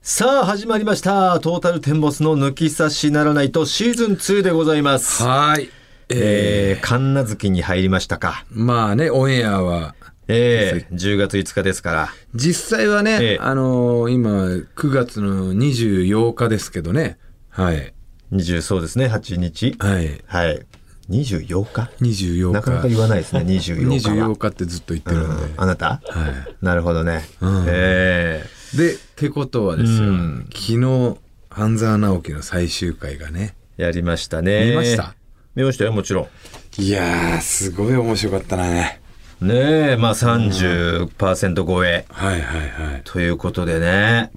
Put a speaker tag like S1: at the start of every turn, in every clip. S1: さあ始まりましたトータルテンボスの抜き差しならないとシーズン2でございます
S2: はい。え
S1: えー、神奈月に入りましたか
S2: ーまあね、オンエアは。
S1: ええ10月5日ですから
S2: 実際はね、
S1: ええ
S2: あのー今、9月の24日ですけどね。はい。
S1: 20そうですね8日
S2: はい。
S1: はい24日
S2: 24日。
S1: なかなか言わない ですね24日は
S2: 24日ってずっと言ってるんで。
S1: うんあなた、
S2: は
S1: なるほどね、
S2: うん
S1: え
S2: い。で、ってことはですよ、
S1: うん
S2: 昨日、半沢直樹の最終回がね。
S1: えやりましたね
S2: 見ました
S1: 見ましたよもちろん
S2: いやー、すごい面白かったなね。
S1: ねえまあ30%超え
S2: はいはいはい。
S1: ということでね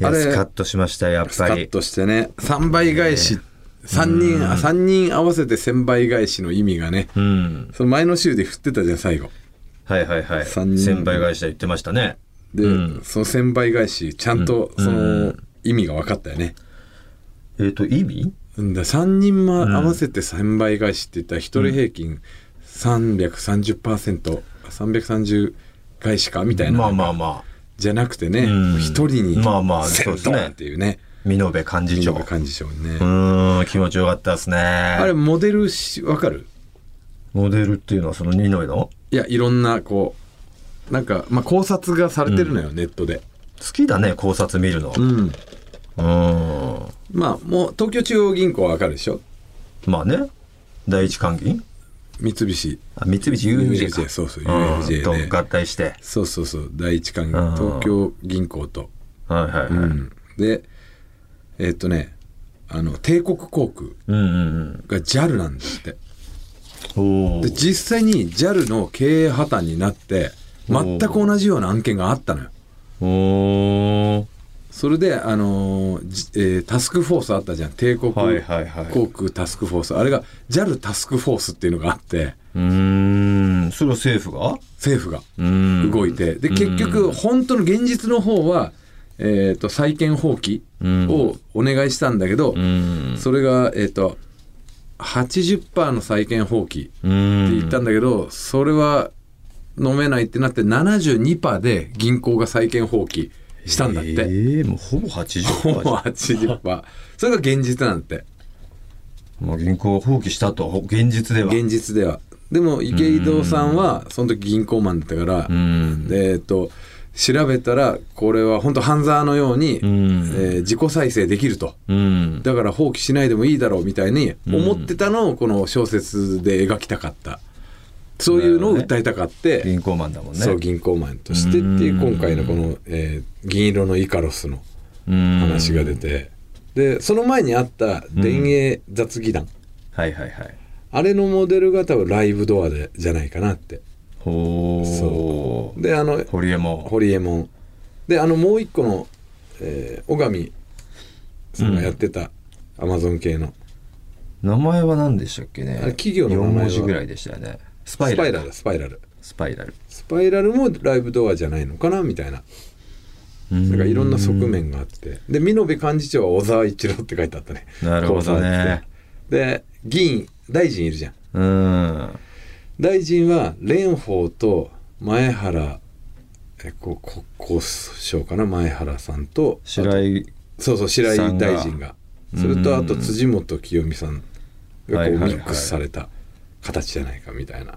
S1: いや
S2: あれ
S1: スカッとしましたやっ
S2: スカ
S1: ぱ
S2: ッ
S1: り
S2: としてね、3倍返し、三人、あ三人合わせて1000倍返しの意味がね。
S1: うん
S2: その前の週で振ってたじゃん最後
S1: はいはいはい
S2: 三人
S1: 先輩会社言ってましたね
S2: で、その1000倍返しちゃんとその意味が分かったよね、
S1: えっ、と意味
S2: うん、だ3人も合わせて1000倍返しって言ったら1人平均 330%330 返しかみたいな、
S1: まあまあまあ
S2: じゃなくてね、
S1: ん
S2: 一1人に
S1: まあまあそう
S2: 1000
S1: です
S2: ド
S1: ね
S2: ンっていうね
S1: 見延幹事
S2: 見
S1: 長
S2: 延幹事長にね、
S1: うーん気持ちよかったですね
S2: あれモデルし分かる
S1: モデルっていうのはその二の井の
S2: いやいろんなこうなんか、まあ、考察がされてるのよ、ネットで。
S1: 好きだね考察見るの
S2: うん、
S1: うん
S2: まあもう東京中央銀行は分かるでしょ
S1: まあね第一関銀
S2: 三菱
S1: あ三菱 UFJ か
S2: UFJ そうそう
S1: うん
S2: UFJ で
S1: と合体して
S2: そうそうそう第一関
S1: うん
S2: 東京銀行と、
S1: はいはいはい、う、
S2: うんんでえっとねあの帝国航空
S1: うん
S2: が JAL なんだって
S1: うんおお
S2: で実際に JAL の経営破綻になって全く同じような案件があったのよ
S1: おー
S2: それであのーじえータスクフォースあったじゃん帝国
S1: はいはいはい
S2: 航空タスクフォースあれが JAL タスクフォースっていうのがあって
S1: うーんそれは政府が
S2: 政府が
S1: うーん
S2: 動いてで結局本当の現実の方は、えー、と債権放棄をお願いしたんだけど、
S1: うん
S2: それが、えー、と80%の債権放棄って
S1: うん
S2: 言ったんだけど、それは飲めないってなって72%で銀行が債権放棄したんだって、
S1: ええもうほぼ80%
S2: もう80%それが現実なんだって
S1: もう銀行を放棄したとほ現実では
S2: 現実ではでも池井戸さんはその時銀行マンだったから、
S1: うん
S2: でえっと調べたらこれは本当半沢のように、
S1: ん
S2: えー自己再生できると
S1: うん
S2: だから放棄しないでもいいだろうみたいに思ってたのをこの小説で描きたかったそういうのを訴えたかって、
S1: 銀行マンだもんね
S2: そう銀行マンとしてっていう今回のこの、えー銀色のイカロスの
S1: うん
S2: 話が出て、でその前にあった田営雑技団、
S1: はいはいはい
S2: あれのモデルが多分ライブドアでじゃないかなって
S1: ほう
S2: であの
S1: 堀江も
S2: 堀エモ門であのもう一個の、えー、小上さんがやってたアマゾン系の、
S1: 名前は何でしたっけね
S2: あれ企業の名前は
S1: 4文字ぐらいでしたよねスパ
S2: ス
S1: イラ
S2: パイ
S1: ル
S2: ラルスパイラル
S1: スパイラル
S2: スパイラルもライブドアじゃないのかなみたいな
S1: うん
S2: なんかいろんな側面があってで見延幹事長は小沢一郎って書いてあったね
S1: なるほどね
S2: で議員大臣いるじゃん
S1: うん
S2: 大臣は蓮舫と前原えこ国交省かな前原さんと
S1: 白井
S2: そうそう白井
S1: さんが
S2: 大臣がそれと
S1: う
S2: あ
S1: ん
S2: と辻元清美さんが
S1: は
S2: こ
S1: いう
S2: ミ
S1: はいはい
S2: ックスされた形じゃないかみたいな、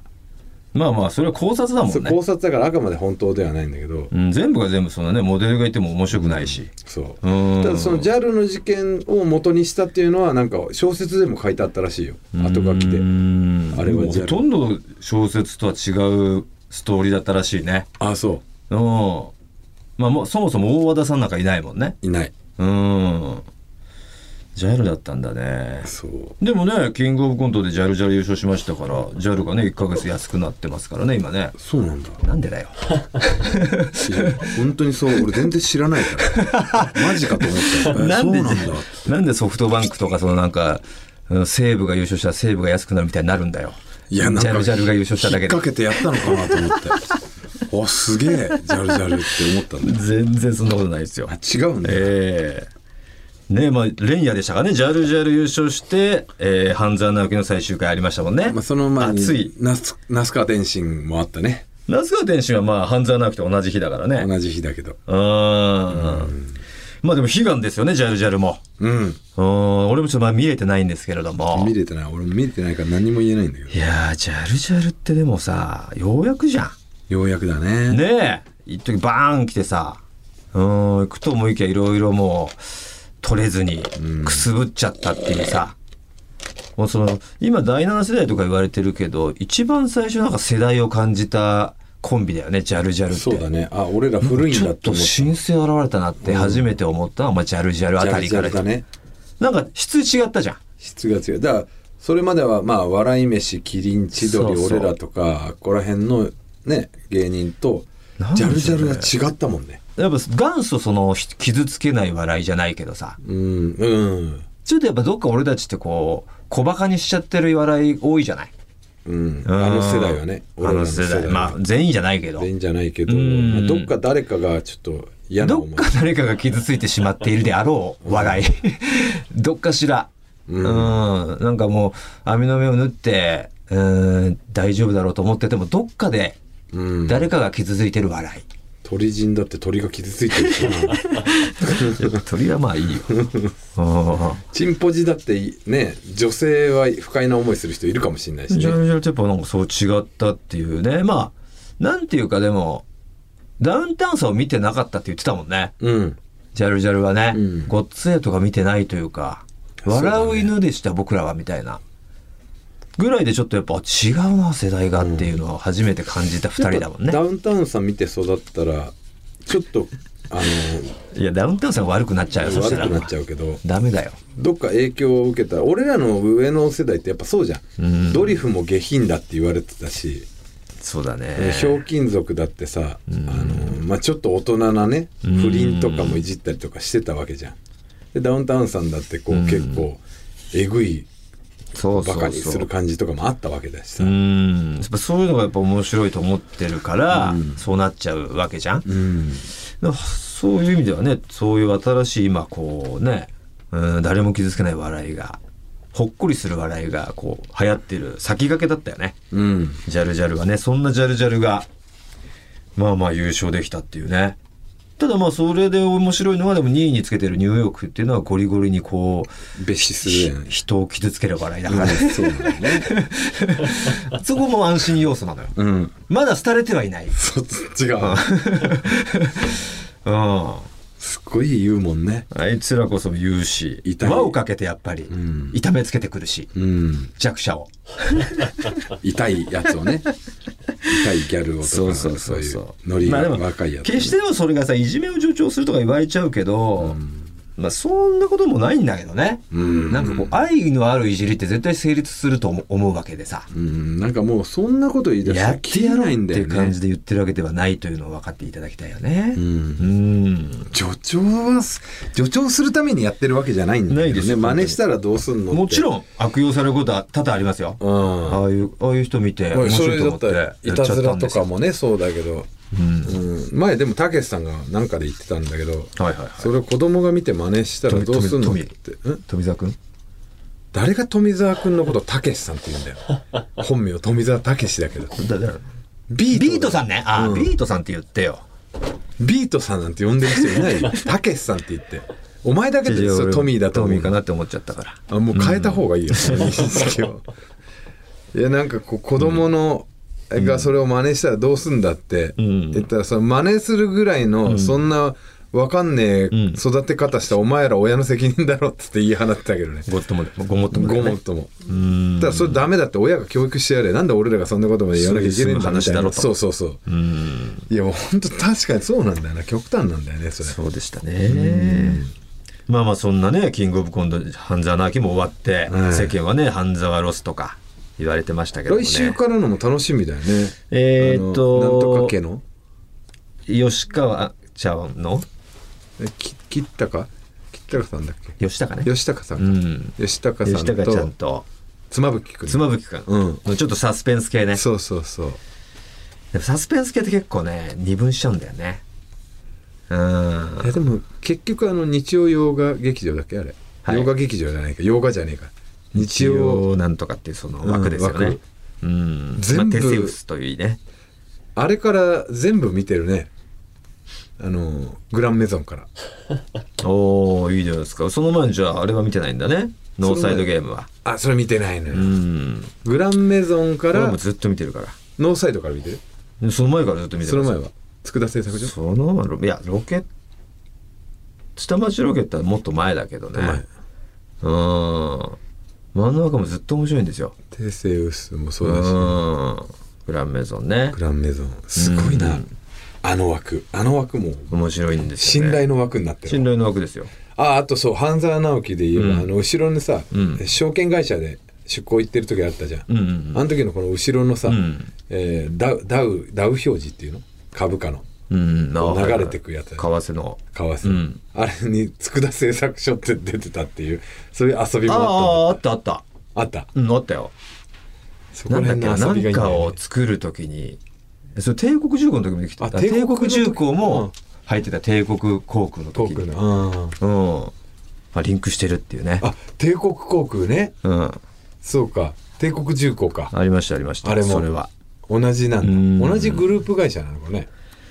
S1: まあまあそれは考察だも
S2: そうん
S1: ね
S2: 考察だからあくまで本当ではないんだけど、
S1: うん全部が全部そんなねモデルがいても面白くないし
S2: そうう、
S1: ん
S2: ただその JAL の事件を元にしたっていうのはなんか小説でも書いてあったらしいよ後書きで
S1: うん
S2: あれ
S1: も
S2: は
S1: うほ
S2: JAL
S1: とんど小説とは違うストーリーだったらしいね
S2: あそ
S1: うんまあもうそもそも大和田さんなんかいないもんね
S2: ういない
S1: うん JAL だったんだね
S2: そう
S1: でもねキングオブコントで JAL ジャル優勝しましたから JAL がね1ヶ月安くなってますからね今ね
S2: そうなんだ
S1: なんでだよ
S2: いや本当にそう俺全然知らないからマジかと思ったよえ
S1: なんで
S2: そうなんだ
S1: なんでソフトバンクとかそのなんかうん西武が優勝したら西武が安くなるみたいになるんだよ
S2: いやなんか
S1: ジャルジャルが優勝しただけで
S2: 引っ掛けてやったのかなと 思ってあすげえジャルジャルって思ったんだよ
S1: 全然そんなことないですよ
S2: あ違うんだよ
S1: ええねえまあ連夜でしたかねジャルジャル優勝して、えー、半沢直樹の最終回ありましたもんね、
S2: まあ、その前に
S1: 熱い
S2: 那須那須川天心もあったね
S1: 那須川天心はまあ半沢直樹と同じ日だからね
S2: 同じ日だけど
S1: うんまあでも悲願ですよね、ジャルジャルも。
S2: うん
S1: うーん、俺もちょっとまあ見れてないんですけれども。
S2: 見れてない俺も見れてないから何も言えないんだけど
S1: いやー、ジャルジャルってでもさ、ようやくじゃ
S2: ようやくだね
S1: ん。ねえ、一時バーン来てさ、うーん、行くと思いきやいろいろもう、取れずに、くすぶっちゃったっていうさ。もうその、今第7世代とか言われてるけど、一番最初なんか世代を感じたコンビだよね、ジャルジャルって。
S2: そうだねあ俺ら古いん
S1: ちょ
S2: だ
S1: っと
S2: と思って
S1: 新星現れたなって初めて思ったのは、まあ、ジャルジャルあたり
S2: ジャ
S1: か
S2: ル
S1: ら
S2: ジャルだね
S1: なんか質違ったじゃん。
S2: 質が強いだからそれまではまあ笑い飯キリン千鳥
S1: そうそう
S2: 俺らとかここら辺のね芸人と
S1: なんで
S2: ジ
S1: しょ
S2: ャ
S1: う
S2: ル
S1: ね
S2: ジャルが違ったもんね
S1: やっぱ元祖そのひ傷つけない笑いじゃないけどさ、
S2: うんうん
S1: ちょっとやっぱどっか俺たちってこう、小馬鹿にしちゃってる笑い多いじゃない
S2: うんあの世代はね
S1: あの世代。まあ全員じゃないけど。
S2: 全員じゃないけど、
S1: うん
S2: まあどっか誰かがちょっと嫌な
S1: どっ
S2: 思い
S1: か誰かが傷ついてしまっているであろう笑い。どっかしら。うん、なんかもう網の目を縫って、うん、大丈夫だろうと思ってても、どっかで
S2: うん、
S1: 誰かが傷ついてる笑い。
S2: 鳥人だって鳥が傷ついてるしな
S1: 鳥はまあいいよ。うん
S2: チンポジだってね女性は不快な思いする人いるかもしれないし
S1: ジャ
S2: ね
S1: ルジャルってやっぱなんかそう違ったっていうね。まあ、なんていうかでも、ダウンタウンさんを見てなかったって言ってたもんね。
S2: うん
S1: ジャルジャルはね。
S2: うん
S1: ごっつえとか見てないというか、
S2: そうだね
S1: 笑う犬でした、僕らはみたいな。ぐらいでちょっとやっぱ違うな、世代がっていうのを初めて感じた二人だもんね。
S2: ダウンタウンさん見て育ったらちょっとあ
S1: いや、ダウンタウンさんが悪くなっちゃうよ、
S2: の
S1: そした
S2: 悪
S1: ら
S2: く。なっちゃうけど
S1: ダメだよ。
S2: どっか影響を受けた俺らの上の世代ってやっぱそうじゃん、ドリフも下品だって言われてたし、
S1: そうだね。
S2: ひょうきん族だってさ、あのまあ、ちょっと大人なね不倫とかもいじったりとかしてたわけじゃん。でダウンタウンさんだってこう、結構えぐい
S1: そう
S2: バ
S1: そう
S2: カ
S1: そう。
S2: にする感じとかもあったわけだしさ。
S1: うんやっぱそういうのがやっぱ面白いと思ってるから、そうなっちゃうわけじゃん、
S2: うん
S1: だからそういう意味ではねそういう新しい今こうね、うん、誰も傷つけない笑いがほっこりする笑いがこう流行ってる先駆けだったよね
S2: うん
S1: ジャルジャルはねそんなジャルジャルがまあまあ優勝できたっていうねただまあそれで面白いのはでも2位につけてるニューヨークっていうのはゴリゴリにこう
S2: 蔑視す
S1: ひ
S2: るやん。
S1: 人を傷つける笑いだから、
S2: そうなんだよね。
S1: そこも安心要素なのよ
S2: うん。
S1: まだ廃れてはい ない
S2: そっち違う。
S1: うん、
S2: すごい言うもんね。
S1: あいつらこそ言うし
S2: 痛い
S1: 輪をかけてやっぱり、
S2: ん
S1: 痛めつけてくるし
S2: うん。
S1: 弱者を
S2: 痛いやつを ね。痛いギャルをとか、いうノリ
S1: まあ
S2: が
S1: でも
S2: 若いやつ。
S1: 決してでもそれがさいじめを助長するとか言われちゃうけど、まあそんなこともないんだけどね、
S2: ん
S1: なんかこう愛のあるいじりって絶対成立すると思思うわけでさ、
S2: うん、なんかもうそんなこと言い出した
S1: や
S2: ら
S1: って
S2: 聞け
S1: やろ
S2: な
S1: う
S2: い
S1: っ
S2: んだ
S1: てい
S2: よ
S1: う感
S2: ね
S1: じ。で言ってるわけではないというのを分かっていただきたいよね
S2: う、
S1: うんん
S2: 助長はす助長するためにやってるわけじゃないんだよ
S1: ないです
S2: ね真似したらどうすんのって
S1: もちろん悪用されることは多々ありますよ、
S2: うん
S1: ああいうああいう人見て面
S2: そ
S1: 白い
S2: れ
S1: と
S2: だ
S1: 思っ
S2: っ
S1: て
S2: た
S1: や
S2: ら
S1: っち
S2: い
S1: ゃった
S2: たずら
S1: ん
S2: と
S1: ですよ
S2: かもねそうだけど、うん前でもたけしさんがなんかで言ってたんだけど、
S1: はいはいはい
S2: それを子供が見て真似したらどうすんのって
S1: 富富
S2: ん
S1: 富澤君
S2: 誰が富澤君のことをたけしさんって言うんだよ 本名富澤たけしだけど
S1: だだ
S2: ビ
S1: ビートさん
S2: ね
S1: ねああ、
S2: うん
S1: ビートさんって言ってよ
S2: ビートさんなんて呼んでる人いない よたけしさんって言ってお前だけでそれトミーだと
S1: ト
S2: 思
S1: ミ
S2: う
S1: ーかなって思っちゃったから
S2: あもう変えた方がいいよ、その認 識をいやなんかこう子供の、がそれを真似したらどうすんだって、
S1: ん
S2: 言ったらその真似するぐらいの、そんなわかんねえ
S1: ん
S2: 育て方したお前ら親の責任だろっつって言い放ってたけどね、
S1: ごっともでごもっとも
S2: ご
S1: で
S2: も
S1: ね
S2: っとも。
S1: うん
S2: ただそれダメだって親が教育してやれなんで俺らがそんなことまで言わなきゃいけないんだみた
S1: そういう話だ
S2: い
S1: ろ
S2: な
S1: と
S2: そうそうそう
S1: うん
S2: いやもう本当確かにそうなんだよな極端なんだよねそれ
S1: そうでしたねまあまあそんなねキングオブコント半沢直樹も終わって、
S2: はい
S1: 世間はね半沢ロスとか言われてましたけども
S2: 来
S1: ね
S2: 週からのも楽しみだよね
S1: えーっと
S2: あのなんとか家の
S1: 吉川ちゃんの
S2: えき切ったか切ったかさんだっけ
S1: 吉高ね
S2: 吉高さんか、
S1: うん
S2: 吉高さ
S1: 吉
S2: ん
S1: 高ちゃん
S2: と
S1: と
S2: 妻夫木君
S1: 妻夫木君
S2: うん
S1: のちょっとサスペンス系ね
S2: そうそうそう
S1: でもサスペンス系って結構ね二分しちゃうんだよねうん
S2: いやでも結局あの日曜洋画劇場だっけあれ、
S1: はい
S2: 洋画劇場じゃないか洋画じゃねえか日
S1: 一
S2: 曜
S1: 応なんとかっていうその枠ですよ
S2: うん
S1: ね
S2: 枠。
S1: うん。
S2: 全
S1: ま
S2: 部
S1: あテセウスというね。
S2: あれから全部見てるねあのグランメゾンから
S1: おおいいじゃないですかその前にじゃああれは見てないんだねノーサイドゲームは
S2: あそれ見てないのよ、
S1: うん
S2: グランメゾンか
S1: 俺は
S2: ら
S1: もうずっと見てるから
S2: ノーサイドから見てる
S1: でその前からずっと見て
S2: そ
S1: る
S2: の前は佃製作所
S1: その前のいやロケ下町ロケットはもっと前だけどね
S2: 前
S1: うん真ん中もずっと面白いんですよ
S2: テーセウスもそううだし
S1: んグランメゾンね
S2: グランメゾンすごいな、あの枠あの枠も
S1: 面白いんですよ
S2: 信
S1: ね
S2: 頼の枠になってる
S1: 信頼の枠ですよ
S2: ああとそう半沢直樹で言えば、あの後ろにさ、
S1: うん
S2: 証券会社で出向行ってる時あったじゃん、
S1: うんうん
S2: あの時のこの後ろのさ、
S1: ん
S2: えーダウダウダウ表示っていうの株価の
S1: うんうんあ
S2: 流れてくやつ
S1: 為替の
S2: 為替、
S1: うん
S2: あれに佃製作所って出てたっていうそういう遊びも
S1: ああ
S2: あ
S1: あ
S2: っ
S1: ったあった
S2: たんだあった
S1: うんあったよ
S2: そこ
S1: な
S2: ら
S1: んだっ
S2: 辺
S1: けなな
S2: の遊びがい
S1: ん
S2: いんだ
S1: か
S2: よ
S1: を
S2: ね
S1: 作る時にそれ帝国重工の時もできた
S2: あ
S1: 帝
S2: 帝
S1: 国
S2: 国重
S1: 重工
S2: 工
S1: も入ってた帝国航空の
S2: 航
S1: 時
S2: 空
S1: に
S2: の
S1: うんまあリンクしてるっていうね
S2: あ帝国航空ね
S1: うん
S2: そうか帝国重工か
S1: ありましたありました
S2: あれも
S1: それは
S2: 同じな
S1: うんん
S2: だ同じグループ会社なのかね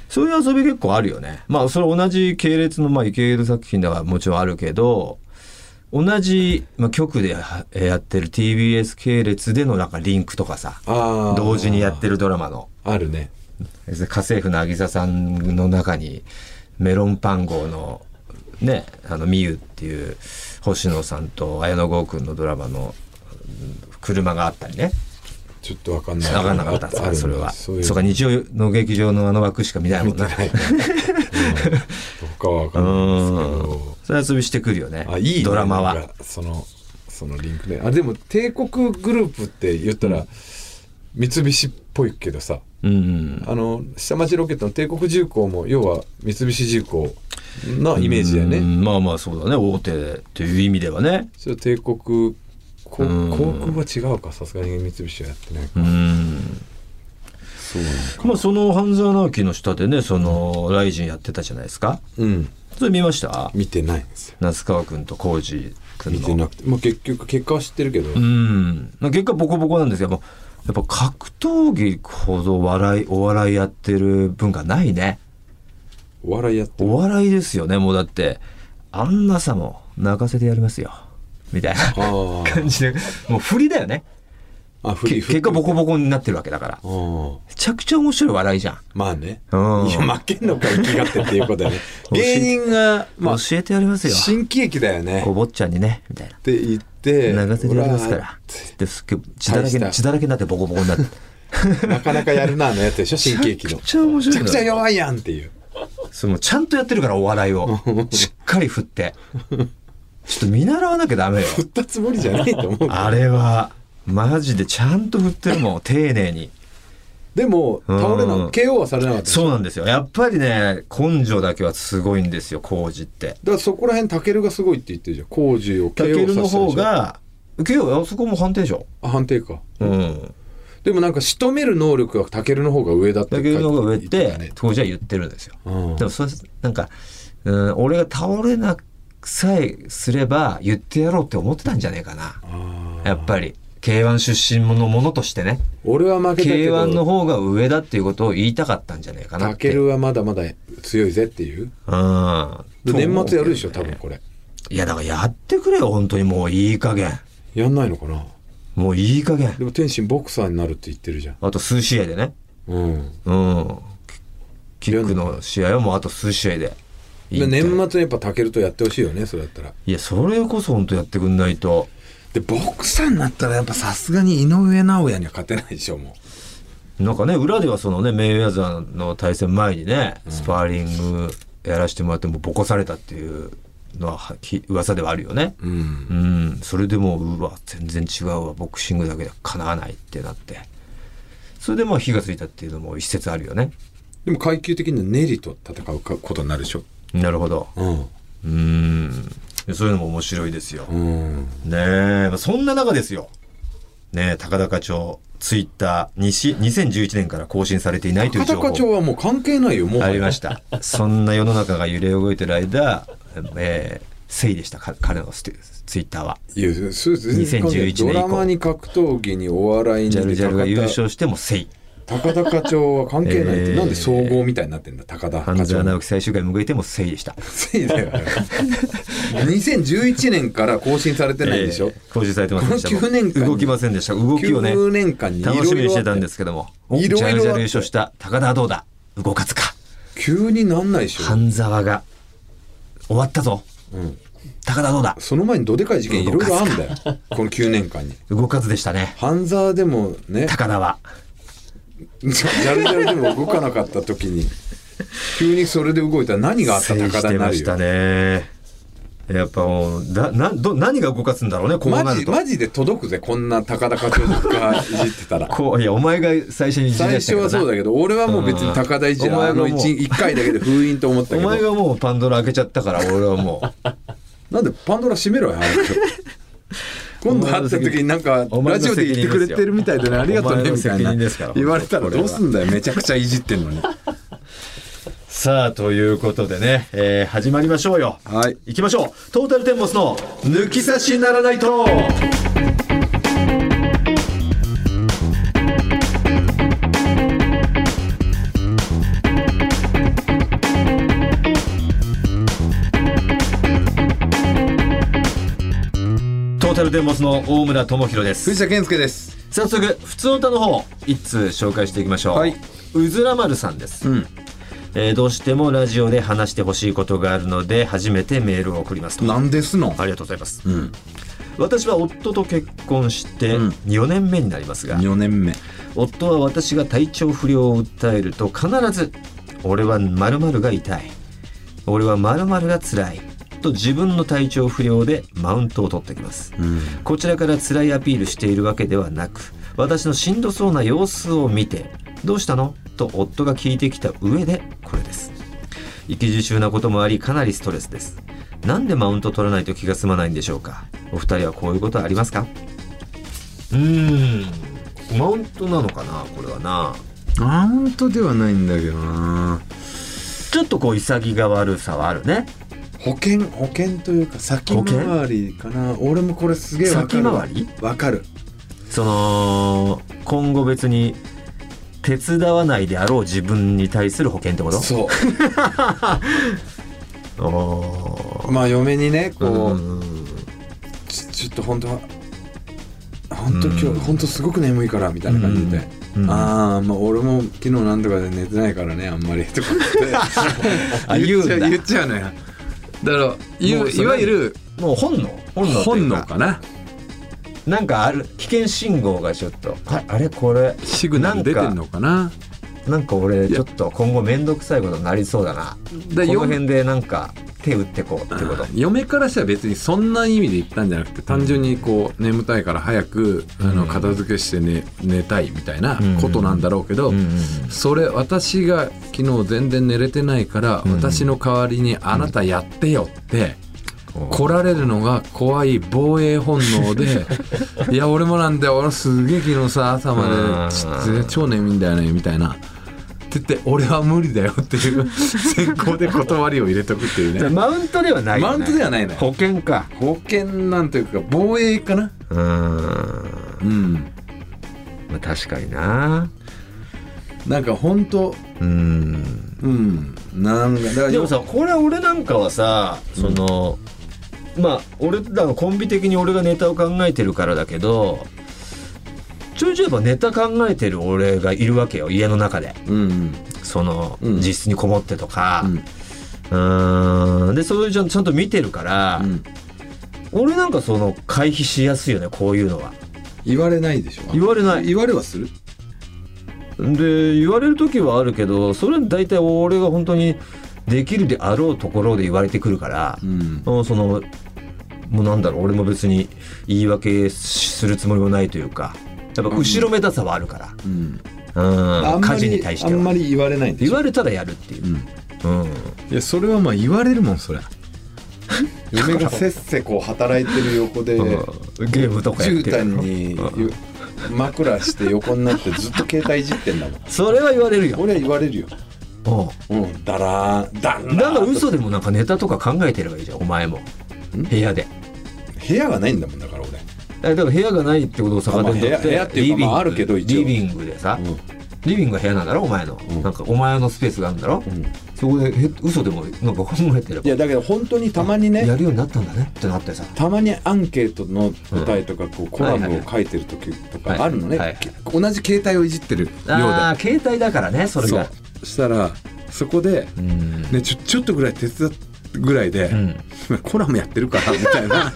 S1: そういう遊び結構あるよねまあそれ同じ系列のまあ池江戸作品だからもちろんあるけど同じ、まあ、局ではえーやってる TBS 系列でのなんかリンクとかさ
S2: ああ
S1: 同時にやってるドラマの
S2: あるね
S1: 家政婦の渚さんの中にメロンパン号のねあの美優っていう星野さんと綾野剛君のドラマのうん車があったりね
S2: ちょっとわかんない
S1: 分かんなかったんです
S2: あ
S1: か
S2: る
S1: それは
S2: そ
S1: そうう
S2: いう
S1: か日曜の劇場のあの枠しか見ないも
S2: 見
S1: ん
S2: て
S1: な
S2: ないうん他はわかんないですけど
S1: うんそれ遊びしてくるよね
S2: あいいね
S1: ドラマ
S2: なん
S1: は
S2: かそのそのリンクねあでも帝国グループって言ったら、三菱っぽいけどさ
S1: うん
S2: あの下町ロケットの帝国重工も要は三菱重工なイメージだよ
S1: う
S2: ね
S1: んまあまあそうだね大手っていう意味ではね
S2: ちょっと帝国こ
S1: う
S2: 航
S1: ん
S2: 空は違うかさすがに三菱はやってないか
S1: うん
S2: そうなの
S1: まあその半沢直樹の下でねそのライジンやってたじゃないですか
S2: うん
S1: それ見ました
S2: 見てないんですよ
S1: 那須川君と浩二君
S2: 見て
S1: の
S2: なくて、まあ、結局結果は知ってるけど、
S1: うん結果ボコボコなんですけどやっぱ格闘技ほど笑いお笑いやってる文化ないね
S2: お笑い やってる
S1: お笑いですよねもうだってあんなさも泣かせてやりますよみたいな
S2: あ
S1: 感じでもう振りだよね
S2: ああフ
S1: け
S2: リー
S1: 結果ボコ
S2: ボ
S1: ボコになってるわけだからめ
S2: コ
S1: ちゃくちゃ面白い笑いじゃん
S2: まあね、
S1: うん
S2: いや負けんのか生きがってっていうことだよ ね
S1: 教え
S2: 芸人が、まあ、
S1: 教えてやりますよ
S2: 新喜劇だよね
S1: お
S2: っ
S1: 坊ちゃんにねみたいな
S2: て言って
S1: 泣かせてやりますか
S2: うわ
S1: らですっげえ血だら
S2: 大し
S1: け
S2: た
S1: 血だらけになってボコボコになって
S2: ーなかなかやるなあのやつでしょ新喜劇の
S1: めちゃくちゃ面白い
S2: め
S1: の
S2: ち
S1: よ
S2: ゃくちゃ弱いやんっていう
S1: そのちゃんとやってるからお笑い をしっかり振ってちょっと見習わなきゃダ メよ
S2: 振ったつもりじゃない と思う
S1: あれはマジでちゃんと振ってるもん丁寧に
S2: でも
S1: うん
S2: 倒れの KO はされなかった
S1: そうなんですよやっぱりね根性だけはすごいんですよ浩二って
S2: だからそこら辺タケルがすごいって言ってるじゃん工事を
S1: タ
S2: KO
S1: ケルの
S2: させた
S1: 方
S2: でしょ
S1: が受けようあそこも判定でしょ
S2: あ判定か
S1: うん
S2: でもなんか仕留める能力はタケルの方が上だって
S1: タケルの方が上っ
S2: 書いたね
S1: て当時は言ってるんですよ
S2: うん
S1: でもそれなんか、うん、俺が倒れなさえすれば言ってやろうって思ってたんじゃねえかな
S2: あー
S1: やっぱり K1 出身のものとしてね
S2: 俺は負けたけ
S1: K1 の
S2: ど
S1: 方が上だっていうことを言いたかったんじゃないかな
S2: タ
S1: って
S2: ケルはまだまだ強いぜっていう
S1: うん
S2: で年末やるでしょ
S1: と
S2: 多
S1: 思うけどね
S2: 分これ
S1: いやだからやってくれよ本当にもういい加減
S2: やんないのかな
S1: もういい加減
S2: でも天心ボクサーになるって言ってるじゃん
S1: あと数試合でね
S2: うん
S1: うんキックの試合はもうあと数試合でいい
S2: で
S1: って
S2: 年末にやっぱタケルとやってほしいよねそれだったら
S1: いやそれこそ本当やってくんないと
S2: でボクサーになったらやっぱさすがに井上尚弥には勝てないでしょも
S1: なんかね裏ではそのねメイウェザーの対戦前にねスパーリングやらせてもらってもうボコされたっていうのははき噂ではあるよね
S2: ううん
S1: うんそれでもううわ全然違うわボクシングだけではかなわないってなってそれでまあ火がついたっていうのも一説あるよね
S2: でも階級的にはネリと戦うかことになるでしょ
S1: なるほど
S2: うん
S1: うんそういうのも面白いですよ
S2: うん
S1: ねえまあそんな中ですよねえ高々町ツイッターにし2011年から更新されていないという
S2: 高
S1: 情
S2: 高
S1: 報
S2: 町はもう関係ないよもう
S1: ありました。そんな世の中が揺れ動いてる間、えー、せいでした、か彼のステツイッターは。
S2: いやそう全然関係な
S1: 2011
S2: い
S1: 年以降
S2: ドラマに格闘技にお笑いに
S1: ジャルジャルが優勝してもせい。
S2: 高田課長は関係ないって、
S1: えー
S2: なんで総合みたいになってんだ高田課
S1: 半沢
S2: 長
S1: 直樹最終回向いても誠意でした。
S2: ついだよ2011年から更新されてないんでしょ、
S1: えー更新されてませんでした。
S2: この9年間に
S1: 動きませんでした。動きをね、
S2: 9年間にいろいろあって
S1: 楽しみにしてたんですけども、お
S2: いろいろ
S1: ジ
S2: あ
S1: ャ
S2: って
S1: ルジャル優勝した高田はどうだ動かずか。
S2: 急になんないでしょ、
S1: 半沢が終わったぞ。
S2: うん、
S1: 高田はどうだ
S2: その前にどでかい事件いろいろあんだよこの9年間に
S1: 動かずでしたね。
S2: 半沢でもね
S1: 高田は。
S2: ジャルジャルでも動かなかった時に急にそれで動いたら何があった
S1: 制
S2: 高
S1: して
S2: 田にな
S1: ま
S2: る
S1: し
S2: よ
S1: たね。やっぱもうだなど何が動かすんだろうねこうな
S2: マ
S1: る
S2: ジ
S1: と
S2: マジで届くぜこんな高田課長 がいじってたら
S1: こういやお前が最初に
S2: 最初はそうだ
S1: け
S2: けど俺はもう別に高田いじ
S1: うん
S2: らあの
S1: お前がもう
S2: 1, 回だけで封印と思った
S1: お
S2: けど
S1: 前がもうパンドラ開けちゃったから俺はもう
S2: なんでパンドラ閉めろよ早く今度会った時になんか
S1: お
S2: ラ
S1: 前の
S2: ジオで言ってくれてるみたいでねありがとうねみ
S1: お
S2: た
S1: 前の責
S2: い
S1: 任
S2: な
S1: ですから
S2: 言われたらどうすんだよめちゃくちゃいじってんのに
S1: さあということでね、えー始まりましょうよ
S2: はい
S1: 行きましょうトータルテンボスの抜き差しならないとトータルテンボスの大村智弘です
S2: 藤田健介です
S1: 早速普通歌の方一通紹介していきましょう、
S2: はいう
S1: ずら丸さんです、
S2: うん
S1: えーどうしてもラジオで話してほしいことがあるので初めてメールを送りますと
S2: なんですの
S1: ありがとうございます
S2: うん
S1: 私は夫と結婚して
S2: うん
S1: 4年目になりますが、
S2: 4年目
S1: 夫は私が体調不良を訴えると必ず「俺は〇〇が痛い」「俺は〇〇が辛い」と自分の体調不良でマウントを取ってきます
S2: うん
S1: こちらから辛いアピールしているわけではなく私のしんどそうな様子を見て「どうしたの?」と夫が聞いてきた上でこれです育児中なこともありかなりストレスですなんでマウント取らないと気が済まないんでしょうかお二人はこういうことありますかうーんマウントなのかなこれはな
S2: マウントではないんだけどな
S1: ちょっとこう潔が悪さはあるね
S2: 保険保険というか先
S1: 保険
S2: 回りかな俺もこれすげえわかるわ
S1: 先回り
S2: わかる
S1: その今後別に手伝わないであろう自分に対する保険ってこと
S2: そ
S1: お
S2: うまあ嫁にねこう、
S1: うん
S2: ちちょっと本当は本当今日、
S1: うん
S2: 本当すごく眠いからみたいな感じで、
S1: うん
S2: ああまあ俺も昨日なんとかで寝てないからねあんま りとかって
S1: 言
S2: 言
S1: う
S2: っ
S1: ん
S2: ちゃう
S1: だ
S2: 言っちゃうのよだから
S1: も
S2: いう
S1: それ
S2: いわゆる
S1: もう本能本能
S2: 本能
S1: か
S2: かな
S1: なんかある危険信号がちょっとああれこれ
S2: シグナル出てんのかな
S1: なんか俺ちょっと今後面倒くさいことになりそうだな
S2: だ
S1: この
S2: よ
S1: 辺でなんか手打ってこうってこと
S2: 嫁からしたら別にそんな意味で言ったんじゃなくて単純にこう眠たいから早くあ
S1: う
S2: の
S1: ん
S2: 片付けして寝寝たいみたいなことなんだろうけど、
S1: うんうん
S2: それ私が昨日全然寝れてないから、
S1: うん
S2: 私の代わりにあなたやってよって
S1: うん
S2: 来られるのが怖い防衛本 能でいや俺もなんだよ俺すげえ昨日さ朝までち
S1: うん
S2: 超眠いんだよねみたいなって言って俺は無理だよっていう 先行で断りを入れとくっていう
S1: じゃあ
S2: ね
S1: マウントではないよね
S2: マウントではないのよ
S1: 保険か
S2: 保険なんというか防衛かな
S1: うーん
S2: うん
S1: まあ確かにな
S2: なんか本当
S1: うん
S2: うんなんかだから
S1: でもさこれ俺なんかはさその、まあ俺らのコンビ的に俺がネタを考えてるからだけどちょいちょいやっぱネタ考えてる俺がいるわけよ家の中で
S2: うん
S1: その、
S2: うん
S1: 実質にこもってとか
S2: うん
S1: うーんでそれちゃんちゃんと見てるから、
S2: うん
S1: 俺なんかその回避しやすいよねこういうのは
S2: 言われないでしょ
S1: 言われない
S2: 言われはする
S1: で言われる時はあるけどそれ大体俺が本当にできるであろうところで言われてくるから
S2: う、ん
S1: うんそのもうなんだろう俺も別に言い訳するつもりもないというかやっぱ後ろめたさはあるか
S2: うん
S1: ら、
S2: あ
S1: うんん、
S2: ま
S1: 家事
S2: り
S1: に対し
S2: あ
S1: て
S2: んま
S1: は
S2: り言われないんでし
S1: 言
S2: ょ
S1: われたらやるっていうう、
S2: ん
S1: うん、
S2: いやそれはまあ言われるもんそりゃ嫁がせっせこう働いてる横で
S1: ゲームとかやっ
S2: 絨
S1: てる
S2: 毯にゆ枕して横になってずっと携帯いじってんだもん
S1: それは言われるよ、
S2: 俺は言われるよ
S1: うん
S2: うんだらーだん
S1: だから
S2: ー
S1: 嘘でもなんかネタとか考えてればいいじゃんお前も部屋で
S2: 部屋がないんだもんだから俺
S1: えだから部屋がないってことを逆手にと
S2: あまあ部屋部屋
S1: っ
S2: ってていうかまああるけど一応
S1: リビングでさ、
S2: うん
S1: リビングが部屋なんだろお前の、なんかお前のスペースがあるんだろ、そこでえ嘘でもなんか考えてれば
S2: いやだけど本当にたまにね
S1: やるようになったんだねってなってさ
S2: たまにアンケートの答えとかこうコラ
S1: はい
S2: ム
S1: は
S2: を
S1: い
S2: 書いてる時と
S1: はい
S2: かあるのね、
S1: はい
S2: け同じ携帯をいじってるようで
S1: ああ携帯だからねそれ
S2: そ
S1: が
S2: うしたらそこで、
S1: うん
S2: ね、ちょちょっとぐらい手伝っぐらいで、
S1: ん
S2: 今 コラムやってるからみたいな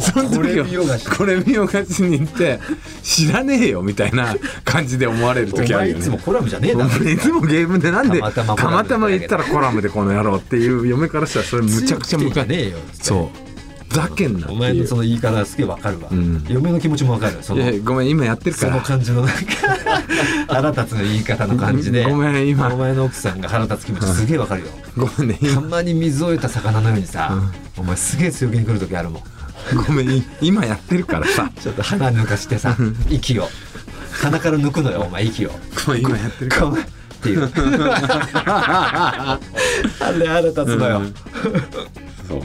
S2: その 時
S1: これ見よが
S2: は
S1: し
S2: これ見よがしに行って知らねえよみたいな感じで思われる
S1: お
S2: 時あ
S1: 前
S2: る
S1: い
S2: よ
S1: つも
S2: ね。
S1: コラムじゃねえ
S2: お
S1: だろ
S2: 前いつもゲームでなんで
S1: たま
S2: た
S1: たま
S2: ま
S1: コラム
S2: たま言ったらコラムでこの野郎っていう嫁からしたらそれむちゃくちゃ
S1: 強
S2: む
S1: くて
S2: か
S1: じゃねえよ
S2: そうざけんなって
S1: お
S2: いう
S1: 前のその言い方がすげえわかるわ、
S2: うん
S1: 嫁の気持ちもわかるそ
S2: い
S1: の
S2: やごめん今やってるか
S1: その
S2: ら
S1: 感じのなん か腹立つの言い方の感じで
S2: ごめん今
S1: お前の奥さんが腹立つ気持ちすげえわかるよ
S2: ごめんね
S1: たまに水を得た魚のようにさ、お前すげえ強気に来る時あるもん
S2: 今ごめん今やってるからさ
S1: ちょっと鼻抜かしてさ息を鼻から抜くのよお前息を
S2: ごめん今やってるから
S1: ごめんっていうあれ腹立つのよ、
S2: うんそう